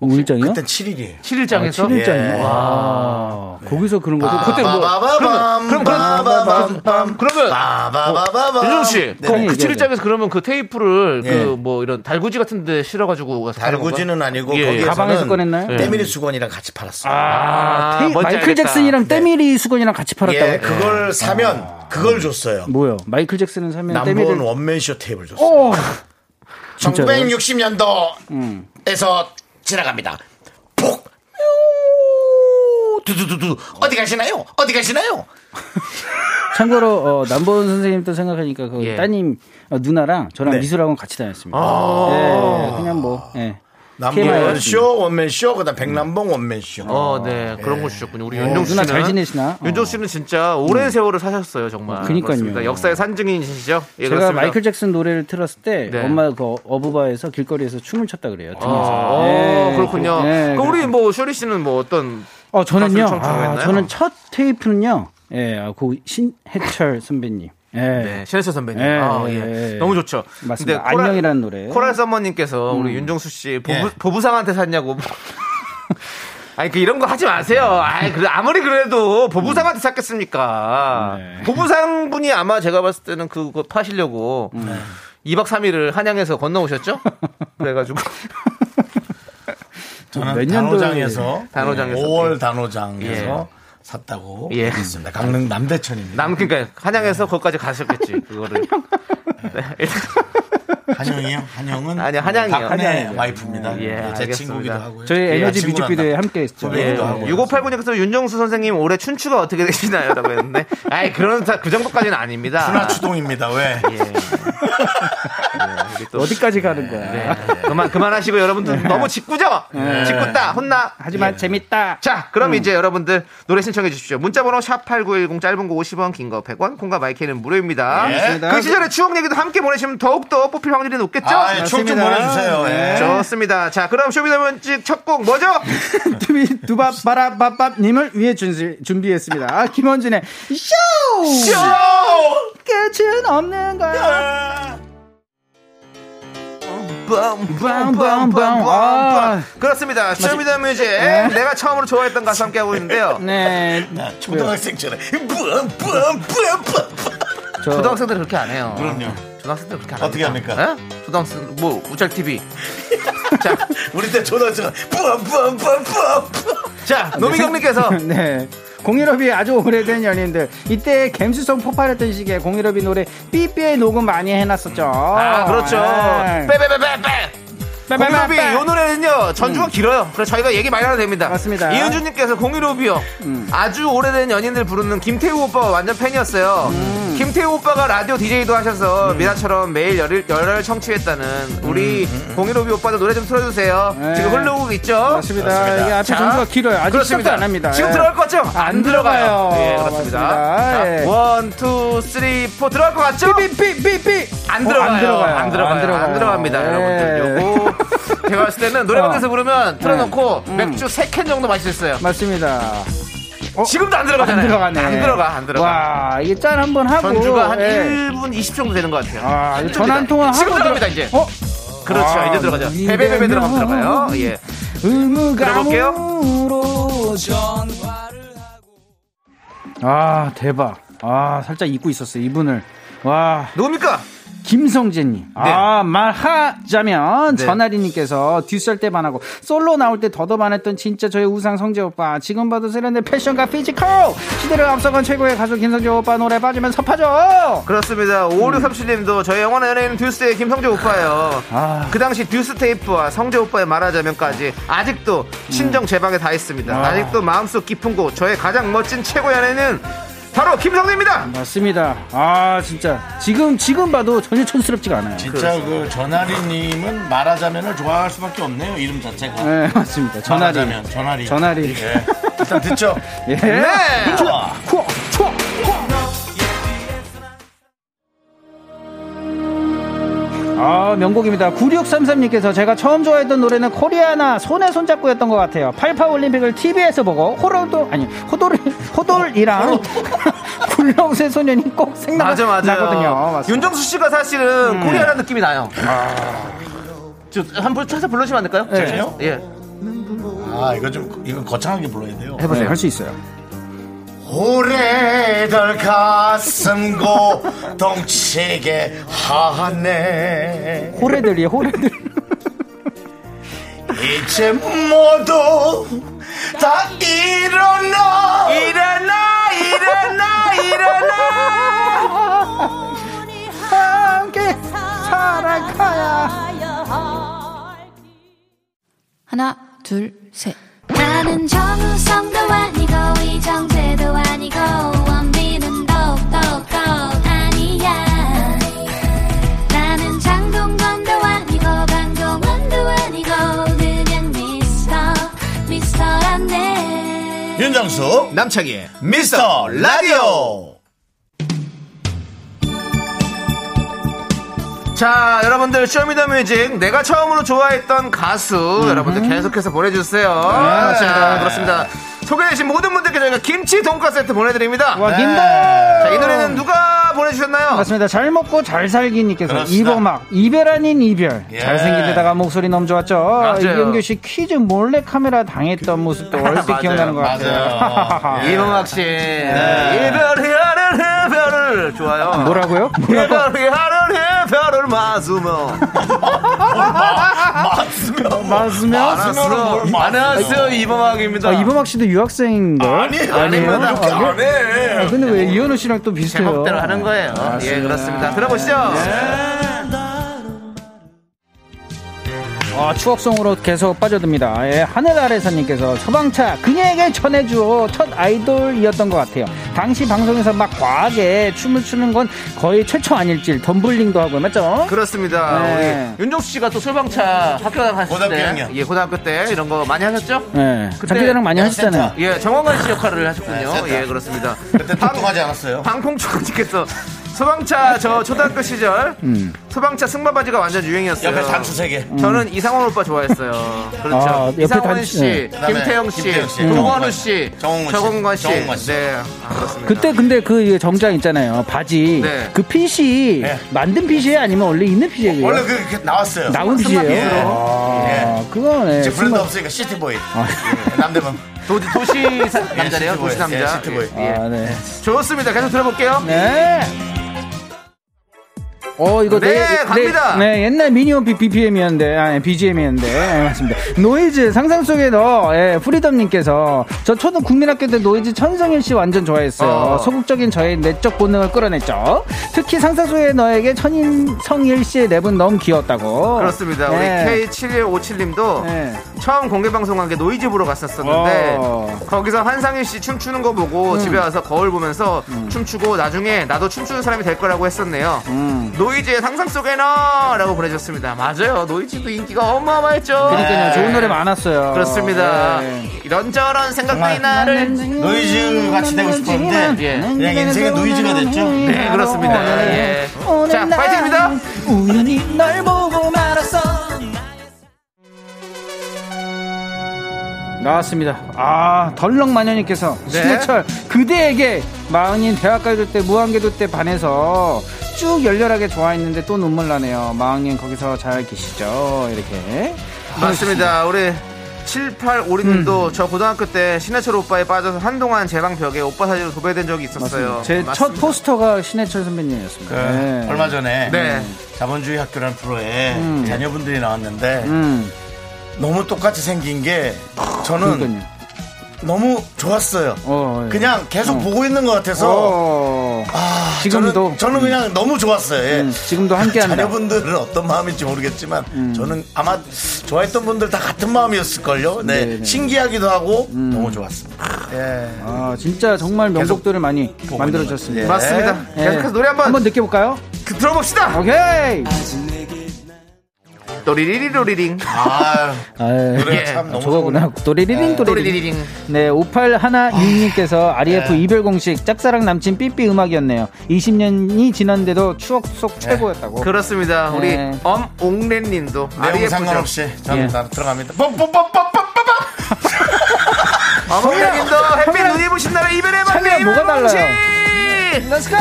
G: 우일장이요?
A: 그땐 7일이에요. 예.
B: 7일장에서? 예.
G: 칠일장이요 와. 아, 거기서 그런 거죠. 그때 뭐
A: 그럼 그럼
B: 그러면
A: 바바바밤
B: 윤정 씨,
A: 네.
G: 네네.
B: 그 칠일장에서 그러면 그 테이프를
A: 예.
B: 그 뭐 이런 달구지 같은데 실어가지고 와서 파는
A: 달구지는
B: 건가요?
A: 아니고
B: 예, 예.
A: 거기에서는
G: 가방에서 꺼냈나요?
A: 때밀이 수건이랑 같이 팔았어요.
B: 아,
G: 테이-
B: 뭔지
G: 그 마이클
B: 알겠다. 네.
G: 잭슨이랑 때밀이 수건이랑 같이 팔았다고.
A: 예, 그걸 사면 그걸 줬어요.
G: 뭐요? 마이클 잭슨은 사면
A: 남보은
G: 때밀을
A: 원맨쇼 테이블 줬어요.
G: 어.
A: 1960년도에서 지나갑니다. 폭! 두두두두 어디 가시나요? 어디 가시나요?
G: 참고로 어, 남보은 선생님 또 생각하니까 그
B: 예.
G: 따님 어, 누나랑 저랑
A: 네.
G: 미술학원 같이 다녔습니다.
B: 아.
G: 예, 그냥 뭐 예.
A: 남보은
G: TMI 였습니다.
A: 쇼 원맨쇼 그다음 백남봉 원맨쇼.
B: 어,
A: 예.
B: 네. 그런 거 주셨군요. 우리 윤종 씨는.
G: 어, 누나 잘 지내시나? 어.
B: 윤종 씨는 진짜 오랜 세월을 사셨어요, 정말.
G: 음. 그니까요.
B: 그렇습니다. 역사의 산증인이시죠? 예,
G: 제가
B: 그렇습니다.
G: 마이클 잭슨 노래를 틀었을 때
B: 네.
G: 엄마 그 어부바에서 길거리에서 춤을 췄다 그래요.
B: 아,
G: 등에서.
B: 어,
G: 예.
B: 그렇군요.
G: 예,
B: 그럼 우리 뭐, 쇼리 씨는 뭐 어떤.
G: 어, 저는요.
B: 가수를 처음
G: 아,
B: 들어봤나요?
G: 저는 첫 테이프는요. 예, 아, 그 신해철 선배님. 예.
B: 네, 신혜철 선배님.
G: 예,
B: 아, 예.
G: 예, 예.
B: 너무 좋죠.
G: 맞습니다.
B: 근데 코랄-
G: 안녕이라는 노래. 음. 예.
B: 코랄 썸머님께서 우리 윤종수 씨 보부, 보부상한테 샀냐고. 아니 그 이런 거 하지 마세요. 아이 그래 아무리 그래도 보부상한테 샀겠습니까?
G: 네.
B: 보부상 분이 아마 제가 봤을 때는 그거 파시려고
G: 음.
B: 2박 3일을 한양에서 건너오셨죠? 그래가지고
G: 몇
A: 저는
G: 년도에-
A: 단호장에서
B: 단호장에서.
A: 5월 단호장에서
B: 예.
A: 샀다고
B: 예.
A: 있습니다. 강릉 남대천입니다.
B: 남 그러니까 한양에서 거기까지 가셨겠지 그거를. 네, 일단
A: 한영이요? 한영은
B: 아니요, 한양이요.
A: 박내
B: 한양이요.
A: 와이프입니다.
B: 예,
A: 예, 제
B: 알겠습니다.
A: 친구기도 하고요.
G: 저희
A: 예,
G: 에너지
A: 친구랑
G: 뮤직비디오에
A: 남-
G: 함께 했죠.
A: 예. 얘기도 하고
B: 6586에서 네, 윤정수 선생님 올해 춘추가 어떻게 되시나요? 라고 했는데, 아이, 그런, 사- 그 정도까지는 아닙니다.
A: 순화추동입니다. 왜?
B: 예. 예, 우리 또-
G: 어디까지 네. 가는 거야?
B: 네. 그만, 그만하시고 여러분들 너무 짓궂어!
G: 네.
B: 짓궂다! 혼나!
G: 하지만 재밌다.
B: 자, 그럼
G: 음.
B: 이제 여러분들 노래 신청해 주십시오. 문자번호 샵8910 짧은 거 50원, 긴 거 100원, 콩과 마이크는 무료입니다.
G: 네,
A: 맞습니다.
B: 그 시절의 추억 얘기도 함께 보내시면 더욱더 뽑힐 확률이 높겠죠?
A: 아, 예, 총좀
G: 맞습니다.
A: 보내주세요.
B: 네.
A: 예.
B: 좋습니다. 자, 그럼 쇼미더뮤직 첫 곡 뭐죠?
G: 투비 두밥 바라밥밥님을 위해 준비, 준비했습니다. 아, 김원준의 쇼! 끝은 없는 거야. 아.
B: 그렇습니다. 쇼미더뮤직 내가 처음으로 좋아했던 가수 함께 하고 있는데요.
G: 네,
A: 나 초등학생처럼 뿌뿌뿌뿌뿌
G: 저
B: 초등학생들 그렇게 안 해요.
A: 그럼요.
B: 초등학생들 그렇게 안
A: 어떻게
B: 합니다.
A: 합니까?
B: 예? 초등학생 뭐 우짤 TV. 자,
A: 우리 때 초등학생 뿌뿌뿌뿌뿌
B: 자 노미경님께서
G: 네. 공일업이 아주 오래된 연인들. 이때 갬수성 폭발했던 시기에 공일업이 노래 삐삐의 녹음 많이 해놨었죠.
B: 아 그렇죠.
G: 네.
B: 빼빼빼빼빼. 공유로비
G: 빼빼빼빼.
B: 요 노래는요 전주가 길어요. 그래서 저희가 얘기 많이 하도 됩니다.
G: 음. 맞습니다. 음.
B: 이은주님께서 공유로비요. 아주 오래된 연인들 부르는 김태우 오빠가 완전 팬이었어요.
G: 음.
B: 김태우 오빠가 라디오 DJ도 하셔서 미나처럼 매일 열일 열혈 청취했다는 우리 공유로비 오빠도 노래 좀 틀어주세요.
G: 음. 네.
B: 지금 흘러오고 있죠.
G: 맞습니다. 이게 앞에
B: 자,
G: 점수가 길어요. 아직 시작도 안 합니다.
B: 지금
G: 예.
B: 들어갈 것 같죠?
G: 안 들어가요.
B: 예, 그렇습니다.
G: 맞습니다. 예.
B: 자, 원, 투, 쓰리, 포 들어갈 것 같죠?
G: 삐삐삐삐삐.
B: 안 들어가요.
G: 어, 안 들어가요.
B: 안 들어가요.
G: 안 들어가요.
B: 안 들어갑니다,
G: 예.
B: 여러분들. 요거 제가 봤을 때는
G: 어.
B: 노래방에서 부르면
G: 네.
B: 틀어놓고
G: 음.
B: 맥주 세 캔 정도 마실 수 있어요.
G: 맞습니다.
B: 지금도 안
G: 안
B: 들어가잖아요.
G: 들어가네.
B: 안 들어가, 안 들어가.
G: 와, 이게 짠 한 번 하고.
B: 전주가 한
G: 예.
B: 1분 20 정도 되는 것 같아요.
G: 아,
B: 한
G: 전화 한 통화
B: 지금
G: 하고
B: 들어갑니다, 이제.
G: 어?
B: 그렇죠.
G: 아,
B: 이제 들어가죠.
G: 이
B: 베베베베 들어가면
G: 내면.
B: 들어가요. 예.
G: 의무감으로
B: 들어볼게요.
G: 아 대박 아 살짝 잊고 있었어요 이분을 와
B: 누굽니까?
G: 김성재님. 아,
B: 네.
G: 말하자면, 전아리님께서 뒷설 때만 하고, 솔로 나올 때 더더 반했던 진짜 저의 우상 성재 오빠. 지금 봐도 세련된 패션과 피지컬! 시대를 앞서간 최고의 가수 김성재 오빠 노래 빠지면 섭하죠!
B: 그렇습니다. 5637님도 저희 영원한 연예인 듀스의 김성재 오빠예요.
G: 아.
B: 그 당시 듀스 테이프와 성재 오빠의 말하자면까지 아직도 심정 제 방에 다 있습니다.
G: 음. 아.
B: 아. 직도 마음속 깊은 곳 저의 가장 멋진 최고 연예인은 바로 김성재입니다.
G: 맞습니다. 아, 진짜. 지금, 지금 봐도 전혀 촌스럽지가 않아요.
A: 진짜 그 전하리님은 말하자면을 좋아할 수밖에 없네요. 이름 자체가.
G: 네, 맞습니다. 전아리.
A: 말하자면 전하리.
G: 전아리.
A: 예. 일단 듣죠.
G: 예.
B: 네.
A: 좋아.
G: 코, 초! 아, 명곡입니다. 9633님께서 제가 처음 좋아했던 노래는 코리아나 손에 손잡고였던 것 같아요. 팔파 올림픽을 TV에서 보고 호돌도 아니 호돌 호돌이랑 굴렁쇠 소년이 꼭
B: 맞아 맞아.
G: 생각나거든요. 맞습니다. 음.
B: 윤정수 씨가 사실은 코리아라는 느낌이 나요. 저한번 쳐서 불러주시면 안 될까요?
G: 네.
A: 제가요?
B: 예.
A: 아, 이거 좀, 이건 거창하게 불러야 돼요.
G: 해보세요. 할 수 있어요.
A: 오래들 가슴 고동치게 하네.
G: 호래들이 호래들.
A: 이제 모두 다 일어나.
B: 일어나 일어나 일어나.
G: 함께 살아가야.
C: 하나, 둘, 셋.
D: 나는 정우성도 아니고 이정재도 아니고 원빈은 더욱더 아니야 나는 장동건도 아니고 강동원도 아니고 그냥 미스터 미스터란데
A: 윤정수 남창희 미스터 라디오
B: 자, 여러분들 쇼미더뮤직 내가 처음으로 좋아했던 가수 여러분들 계속해서 보내주세요.
G: 네,
B: 자, 그렇습니다. 소개되신 모든 분들께 저희가 김치 돈가스 세트 보내드립니다.
G: 와 긴다.
B: 자, 이 노래는 누가 보내주셨나요?
G: 맞습니다. 잘 먹고 잘 살기님께서
A: 그렇습니다.
G: 이범학 이별 아닌 이별
A: 예.
G: 잘생긴 데다가 목소리 너무 좋았죠. 이경규 씨 퀴즈 몰래 카메라 당했던 모습도 얼핏
B: 맞아요.
G: 기억나는 것 같아요. 예.
A: 맞아요.
B: 예. 이범학 씨. 네. 이별이 하는 해별을 좋아요.
G: 네. 뭐라고요? 뭐라고?
B: 이별이 하는 해별을 마주며. 아,
G: 맞으면
A: 뭘 마주며.
B: 안녕하세요, 뭐 이범학입니다.
G: 아, 이범학 씨도 유학생인가?
B: 아니에요.
A: 이렇게 안 해.
G: 근데 왜 이현우 씨랑 또 비슷해요?
B: 아, 네. 제법대로 하는 거예요. 예, 그렇습니다. 들어보시죠.
G: 아, 추억성으로 계속 빠져듭니다. 예, 하늘 아래사님께서 서방차 그녀에게 전해주어 첫 아이돌이었던 것 같아요. 당시 방송에서 막 과하게 춤을 추는 건 거의 최초 아닐지 덤블링도 하고 맞죠?
B: 그렇습니다.
G: 네.
B: 우리 윤종수 씨가 또 솔방차 학교 다녔을
A: 고등학교
B: 때,
A: 학년.
B: 예, 고등학교 때 이런 거 많이 하셨죠?
G: 예,
B: 그때-
G: 장기자랑 많이 하시잖아요.
B: 예, 정원관 씨 역할을 하셨군요.
A: 네, 센터.
B: 예, 그렇습니다.
A: 그때 뚱뚱하지 않았어요
B: 방풍초님께서 소방차 저 초등학교 시절 소방차 승마 바지가 완전 유행이었어요. 음.
A: 옆에 단추 세개
B: 저는 이상원 오빠 좋아했어요. 그렇죠.
G: 아, 옆에
B: 이상원
G: 단추-
B: 씨,
G: 네.
A: 그다음에
B: 김태형 씨,
A: 김태형 씨,
B: 조건우
A: 정원관
B: 씨,
A: 정원관 씨,
B: 정원관 씨.
A: 정원관 씨.
B: 네, 아, 그렇습니다.
G: 그때 근데 그 정장 있잖아요. 바지.
B: 네.
G: 그 핏이
A: 네.
G: 만든 핏이에요? 아니면 원래 있는 핏이에요?
A: 원래 그렇게 나왔어요
G: 예. 나온
A: 예.
G: 핏이에요?
A: 예.
G: 아, 그거네. 아.
A: 이제 브랜드
G: 순간-
A: 없으니까 시티보이 예, 남대문
B: 도, 도시 사- 남자네요.
A: 시티보이.
B: 도시 남자.
A: 예, 시티보이.
B: 예, 예.
G: 아, 네.
B: 좋습니다. 계속 들어볼게요.
G: 네. 어 이거
B: 네,
G: 내- 내-
B: 갑니다.
G: 네 옛날 미니홈피 BPM이었는데 아니 BGM이었는데 예, 맞습니다. 노이즈 상상 속에 너 예, 프리덤님께서 저 초등 국민학교 때 노이즈 천성일 씨 완전 좋아했어요.
B: 어.
G: 소극적인 저의 내적 본능을 끌어냈죠. 특히 상상 속에 너에게 천인성일 씨의 랩은 너무 귀여웠다고.
B: 그렇습니다. 우리
G: 네.
B: K7157님도
G: 네.
B: 처음 공개 방송한 게 노이즈 보러 갔었었는데
G: 어.
B: 거기서 한상일 씨 춤추는 거
G: 음.
B: 보고 집에 와서 거울 보면서 춤추고 나중에 나도 춤추는 사람이 될 거라고 했었네요.
G: 음.
B: 노이즈의 상상 속에 너라고 보내줬습니다. 맞아요. 노이즈도 인기가 어마어마했죠.
G: 그러니까요 아, 좋은 노래
B: 네.
G: 많았어요.
B: 그렇습니다.
G: 네.
B: 이런저런 생각들이
A: 정말.
B: 나를
A: 노이즈 같이 되고 싶었는데
B: 예.
G: 네.
A: 그냥 인생의 노이즈가 됐죠
B: 네 그렇습니다. 예. 자
G: 날
B: 파이팅입니다.
G: 우연히 널 보고 말았어. 나왔습니다. 아, 덜렁마녀님께서 신해철 그대에게 마흔인 대학가요제 때 무한궤도 때 반해서 쭉 열렬하게 좋아했는데 또 눈물 나네요. 마흔님 거기서 잘 계시죠? 이렇게.
B: 맞습니다. 아, 우리
G: 음.
B: 7852님도 저 고등학교 때 신해철 오빠에 빠져서 한동안 제 방 벽에 오빠 사진으로 도배된 적이 있었어요. 아,
G: 제 첫
B: 맞습니다.
G: 포스터가 신해철 선배님이었습니다. 네.
A: 그 얼마 전에
B: 네.
A: 자본주의 학교라는 프로에 자녀분들이 나왔는데
G: 음,
A: 너무 똑같이 생긴 게 저는
G: 그러니까요.
A: 너무 좋았어요.
G: 어, 예.
A: 그냥 계속 보고 있는 것 같아서
G: 어,
A: 아,
G: 지금도
A: 저는, 저는 그냥 너무 좋았어요. 예.
G: 음, 지금도 함께한다.
A: 자녀분들은 어떤 마음인지 모르겠지만 저는 아마 좋아했던 분들 다 같은 마음이었을걸요. 네,
G: 네, 음. 네.
A: 신기하기도 하고 너무 좋았습니다.
G: 아, 진짜 정말 명곡들을 많이 만들어줬습니다.
A: 예.
B: 맞습니다.
G: 예.
B: 계속해서 노래 한번
G: 한번 느껴볼까요?
B: 그- 들어봅시다.
G: 오케이.
B: 또리리리로리링.
A: 아,
G: 네. 아유,
A: 노래
B: 예.
A: 참 너무
G: 저거구나. 또리리링 또리리링.
B: 또리리리링.
G: 네, 5811님께서 RF 이별 공식 짝사랑 남친 삐삐 음악이었네요. 20년이 지났는데도 추억 속 최고였다고.
B: 그렇습니다. 우리
G: 네.
B: 엄옥래님도
A: 내용
B: RF 죠.
A: 네, 상관없이 저는
G: 예.
A: 다 들어갑니다. 뽀뽀뽀뽀뽀뽀뽀.
B: 엄옥래님도 햇빛 눈이 부신 나라 이별의
G: 성이랑
B: 만남 이별
G: 뭐가
B: 공식.
G: 달라요? Let's go!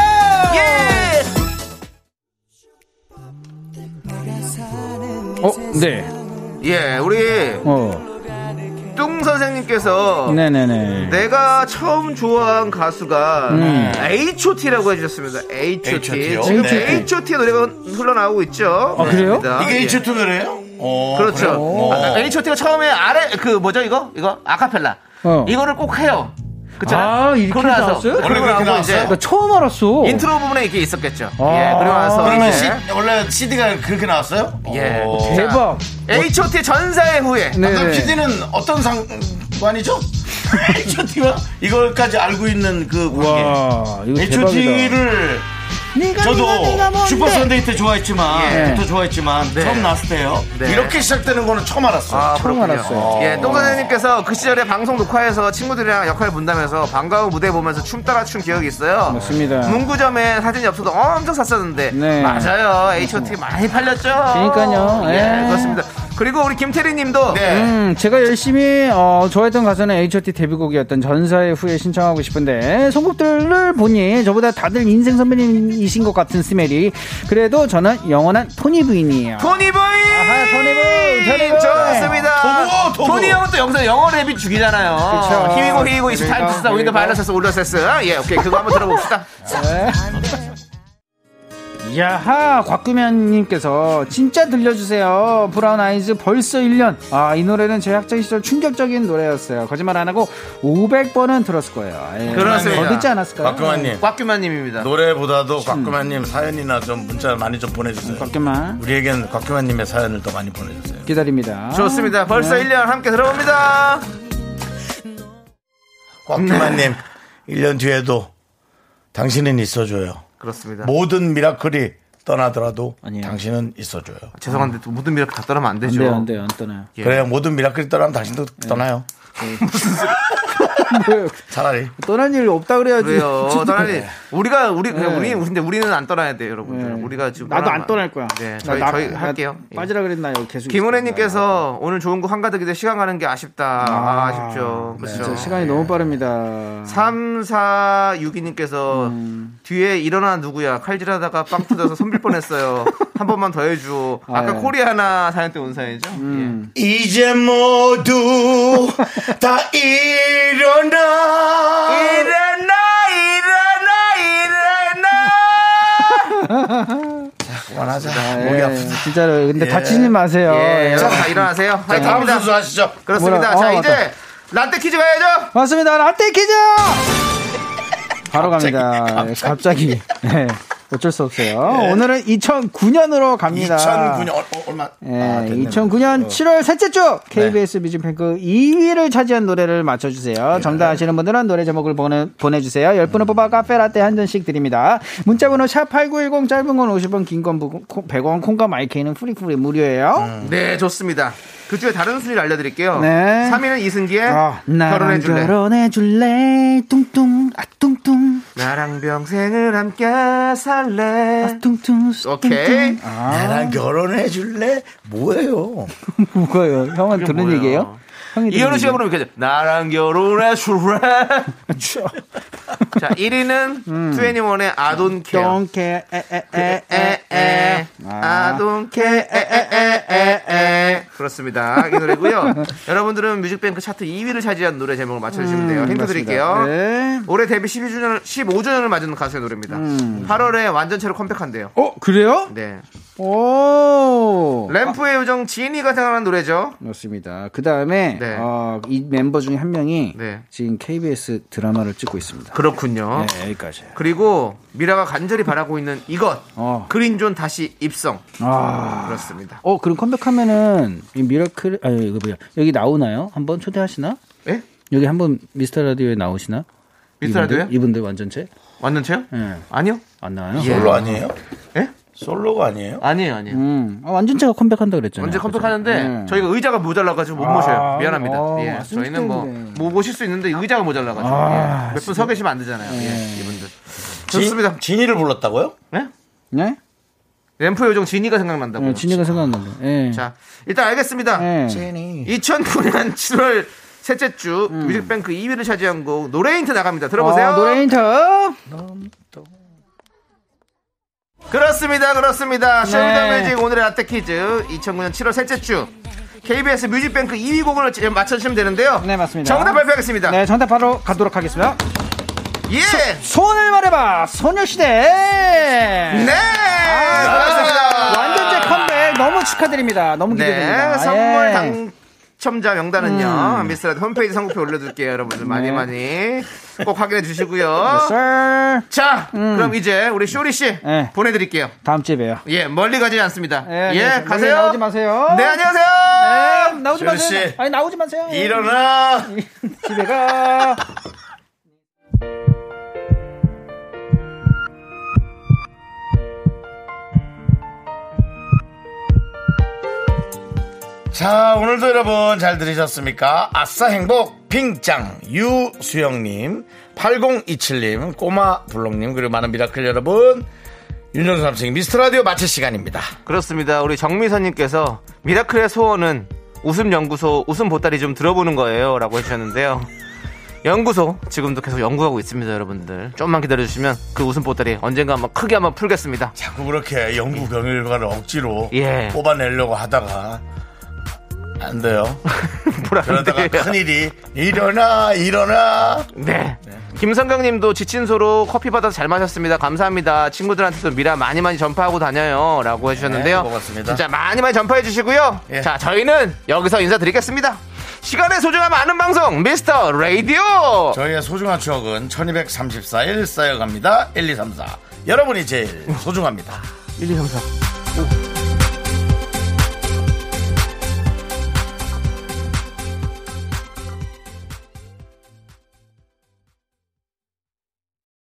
B: 예.
G: 어, 네.
B: 예, 우리
G: 어,
B: 뚱 선생님께서
G: 네네네.
B: 내가 처음 좋아한 가수가
G: 음.
B: H.O.T.라고 해주셨습니다. H.O.T.
A: H.O.T.요?
B: 지금
A: 네.
B: H.O.T. 노래가 흘러나오고 있죠.
G: 아, 그래요?
B: 그렇습니다.
A: 이게
B: 예.
A: H2 노래예요? 어, 그래요?
B: 그렇죠.
A: 어.
B: 아, H.O.T.가 처음에 아래 그 뭐죠 이거 이거 아카펠라
G: 어.
B: 이거를 꼭 해요. 그쵸?
G: 아, 이렇게
B: 그러고 나서-
G: 나왔어요?
B: 그러고
A: 원래 그렇게
B: 나서 이제
A: 나왔어요?
G: 나 처음 알았어.
B: 인트로 부분에 이게 있었겠죠.
G: 아.
B: 예, 그리고 나서
A: 그러면 뭐
B: 이제
A: C- 네, 원래 CD가 그렇게 나왔어요?
B: 예.
A: 어. 아,
G: 대박.
B: H.O.T. 전사의 후예.
G: 네.
A: 그럼 PD는 어떤 상관이죠? H.O.T와 이걸까지 알고 있는 그 관계.
G: 와, 이거 대박이다.
A: H.O.T를
G: 그러니까
A: 저도 슈퍼 선데이 때 좋아했지만,
G: 예.
A: 그때 좋아했지만 처음 나왔을 때요.
B: 네.
A: 이렇게 시작되는 거는 처음 알았어요.
B: 아,
G: 처음
B: 그렇군요.
G: 알았어요.
B: 예, 똥 선생님께서 그 시절에 방송 녹화해서 친구들이랑 역할 분담해서 반가운 무대 보면서 춤 따라 춘 기억이 있어요.
G: 맞습니다.
B: 문구점에 사진이 없어도 엄청 샀었는데.
G: 네.
B: 맞아요. H.O.T. 많이 팔렸죠.
G: 그러니까요.
B: 예,
G: 예.
B: 그렇습니다. 그리고 우리 김태리 님도.
A: 네.
G: 음, 제가 열심히 어, 좋아했던 가수는 H.O.T 데뷔곡이었던 전사의 후에 신청하고 싶은데 선곡들을 보니 저보다 다들 인생 선배님이신 것 같은 스멜이 그래도 저는 영원한 토니 부인이에요.
B: 토니 보이!
G: 아하, 토니 부인, 토니 부인.
B: 좋습니다.
A: 토보, 토보.
B: 니 형은 또 여기서 영어 랩이 죽이잖아요.
G: 그쵸.
B: 히위고 히위고 이스 타임
G: 그러니까,
B: 투스 윈도
G: 그러니까.
B: 바이러스 올러세스. 예, 오케이. 그거 한번 들어봅시다.
G: 야하 곽구면님께서 진짜 들려주세요 브라운 아이즈 벌써 1년 아 이 노래는 제 학창 시절 충격적인 노래였어요 거짓말 안 하고 500번은 들었을 거예요 예.
B: 그렇습니다.
G: 더 듣지 않았을까요?
A: 곽구만님.
B: 꽉규만 님입니다.
A: 노래보다도 곽구만님 사연이나 좀 문자 많이 좀 보내주세요.
G: 곽규만
A: 우리에겐 곽규만님의 사연을 더 많이 보내주세요.
G: 기다립니다
B: 좋습니다. 벌써
G: 네.
B: 1년 함께 들어봅니다.
A: 곽규만님, 1년 뒤에도 당신은 있어줘요.
B: 그렇습니다.
G: 뭐-
A: 모든 미라클이 떠나더라도
G: 아니에요.
A: 당신은 있어줘요.
B: 죄송한데 또 모든 미라클 다 떠나면 안
G: 안
B: 되죠.
G: 돼요 안 돼요 안 떠나요
B: 예.
A: 그래야 모든 미라클이 떠나면 당신도 떠나요.
G: 뭐예요?
A: 차라리.
G: 떠난 일 없다 그래야지
B: 그래요. 떠나니 우리가 우리
G: 네.
B: 그냥 우리 근데 우리는 안 떠나야 돼요, 여러분들.
G: 네.
B: 우리가 지금
G: 나도 안
B: 떠나면
G: 떠날 거야
B: 네,
G: 나-
B: 저희-
G: 나-
B: 저희
G: 나-
B: 할게요. 예.
G: 빠지라 그랬나요 계속 네,
B: 김은혜님께서 오늘 좋은 곡 한가득인데 시간 가는 게 아쉽다. 아, 쉽죠 그렇죠.
G: 있습니다. 네, 시간이 너무 빠릅니다
B: 3462님께서
G: 음.
B: 뒤에 일어나 누구야 칼질하다가 빵 터져서 손빌 뻔했어요. 한 번만 더 해줘. 아까
G: 아유. 네. 음.
B: 코리아나 사연 때 온 사연이죠?
A: 이제 모두 다
B: 예.
A: 일어나.
B: 일어나 일어나 일어나
A: 네. 그만하자.
G: 예,
A: 목이 아프다.
G: 진짜로 근데 다치지 마세요
B: 예,
G: 예.
B: 여러분 다 일어나세요.
A: 자, 다음
B: 화이팅입니다.
A: 순수 하시죠.
B: 그렇습니다.
G: 뭐라-
B: 자,
G: 어,
B: 이제
G: 맞다.
B: 라떼 퀴즈 가야죠.
G: 맞습니다. 라떼 퀴즈! 바로 갑니다. 갑자기. 네, 어쩔 수 없어요.
B: 예.
G: 오늘은 2009년으로 갑니다.
A: 2009년 얼- 어, 얼마?
G: 예,
A: 아, 됐네.
G: 2009년 7월 셋째 주 KBS 뮤직 뱅크 2위를 차지한 노래를 맞춰주세요. 정답 아시는 분들은 노래 제목을 보내, 보내주세요. 10분을 뽑아 카페라떼 한 잔씩 드립니다. 문자번호 샵8910 짧은 건 50원, 긴 건 100원, 콩과 마이크는 프리프리 무료예요.
B: 네, 좋습니다. 그 중에 다른 순위를 알려드릴게요.
G: 네.
B: 3위는 이승기의
G: 아,
B: 결혼해
G: 나랑
B: 줄래.
G: 결혼해 줄래 뚱뚱 아 뚱뚱
B: 나랑 병생을 함께 살래.
G: 아 뚱뚱
B: 오케이.
A: 어. 나랑 결혼해 줄래? 뭐예요?
G: 뭐가요? 형은 들은
B: 뭐예요?
G: 아, 얘기예요? 형이 들은
B: 이현우 씨가
G: 얘기예요?
B: 부르면 이렇게 하죠. 나랑 결혼해 줄래. 자, 1위는
G: 음.
B: 21의 아돈케어. 그,
G: Don't care, 에, 에, 에, 에, 에.
B: 에에에 아돈케 에에에에 아. 그렇습니다. 이 노래고요. 여러분들은 뮤직뱅크 차트 2위를 차지한 노래 제목을 맞춰주시면 돼요. 힌트 드릴게요.
G: 음, 네.
B: 올해 데뷔 12주년, 15주년을 맞은 가수의 노래입니다.
G: 음.
B: 8월에 완전체로 컴백한대요.
G: 어, 그래요?
B: 네.
G: 오.
B: 램프의 요정 지인이가 생각난 노래죠.
G: 그렇습니다. 그 다음에
B: 네.
G: 어, 이 멤버 중에 한 명이
B: 네. 어?
G: 지금 KBS 드라마를 찍고 있습니다.
B: 그렇군요.
G: 네, 여기까지예요.
B: 그리고 미라가 간절히 바라고 있는 이것.
G: 어.
B: 그린존 다시 입성.
G: 아.
B: 그렇습니다.
G: 어, 그럼 컴백하면은 이 미라클 아니 이거 뭐야 여기 나오나요? 한번 초대하시나?
B: 예?
G: 여기 한번 미스터 라디오에 나오시나?
B: 미스터 라디오요?
G: 이분들, 이분들 완전체?
B: 완전체요?
G: 예.
B: 아니요.
G: 안 나와요?
B: 예.
A: 솔로 아니에요?
B: 예?
A: 솔로가 아니에요?
B: 아니에요, 아니에요.
G: 음, 아, 완전체가 컴백한다 그랬잖아요.
B: 언제 컴백하는데
G: 그죠? 예.
B: 저희가 의자가 모자라가지고 못 모셔요. 미안합니다.
G: 아,
B: 예,
G: 아,
B: 저희는 뭐,
G: 끔찍한데.
B: 뭐 모실 수 있는데 의자가 모자라가지고 예.
G: 아,
B: 몇 분 서 계시면 안 되잖아요. 예, 이분들. 좋습니다.
A: 진, 진이를 불렀다고요?
B: 예?
G: 네?
B: 램프 요정 지니가 생각난다고요.
G: 예, 진이가 생각났는데. 예.
B: 자, 일단 알겠습니다.
G: 예.
B: 2009년 7월 셋째 주 뮤직뱅크 2위를 차지한 곡 노래 힌트 나갑니다. 들어보세요.
G: 음. 어, 노래 힌트.
B: 그렇습니다. 그렇습니다.
G: 네.
B: 쇼미더뮤직 오늘의 라떼 퀴즈 2009년 7월 셋째 주 KBS 뮤직뱅크 2위 곡을 지금 맞춰주시면 되는데요.
G: 네, 맞습니다.
B: 정답 발표하겠습니다.
G: 네, 정답 바로 가도록 하겠습니다.
B: 예!
G: 손을 말해봐 소녀시대
B: 네! 그렇습니다.
G: 완전체 컴백 너무 축하드립니다 너무 기대됩니다
B: 아. 네, 선물
G: 예. 음.
B: 당첨자 명단은요 미스터라드 홈페이지 선곡표 올려둘게요 여러분들 많이
G: 네.
B: 많이 꼭 확인해 주시고요
G: 썰.
B: 자 그럼 이제 우리 쇼리씨
G: 네.
B: 보내드릴게요
G: 다음 주에 봬요
B: 예 멀리 가지 않습니다
G: 예,
B: 예
G: 네,
B: 가세요
G: 나오지 마세요.
B: 네 안녕하세요
G: 네, 나오지
A: 조리
G: 마세요
A: 씨.
G: 아니 나오지 마세요 예.
A: 예. 일어나!
G: 집에 가
A: 자, 오늘도 여러분 잘 들으셨습니까? 아싸 행복 핑짱 유수영님, 8027님, 꼬마 블록님 그리고 많은 미라클 여러분 윤정수 남친 미스터 라디오 마칠 시간입니다.
B: 그렇습니다 우리 정미선님께서 미라클의 소원은 웃음연구소 웃음보따리 좀 들어보는 거예요 라고 해주셨는데요 연구소 지금도 계속 연구하고 있습니다 여러분들 좀만 기다려주시면 그 웃음보따리 언젠가 한번 크게 한번 풀겠습니다
A: 자꾸 그렇게 연구 경일과를 억지로
B: 예.
A: 뽑아내려고 하다가 안 돼요. 그러다가
B: 보라는데요.
A: 큰일이 일어나 일어나
B: 네. 김성경님도 지친 소로 커피 받아서 잘 마셨습니다. 감사합니다. 친구들한테도 미라 많이 많이 전파하고 다녀요라고 해주셨는데요.
A: 네, 고맙습니다.
B: 진짜 많이 많이 전파해 주시고요.
A: 예.
B: 자, 저희는 여기서 인사드리겠습니다. 시간의 소중함 아는 방송 미스터 라디오.
A: 저희의 소중한 추억은 1234일 쌓여갑니다. 1234 여러분이 제일 소중합니다.
B: 1, 2, 3, 4.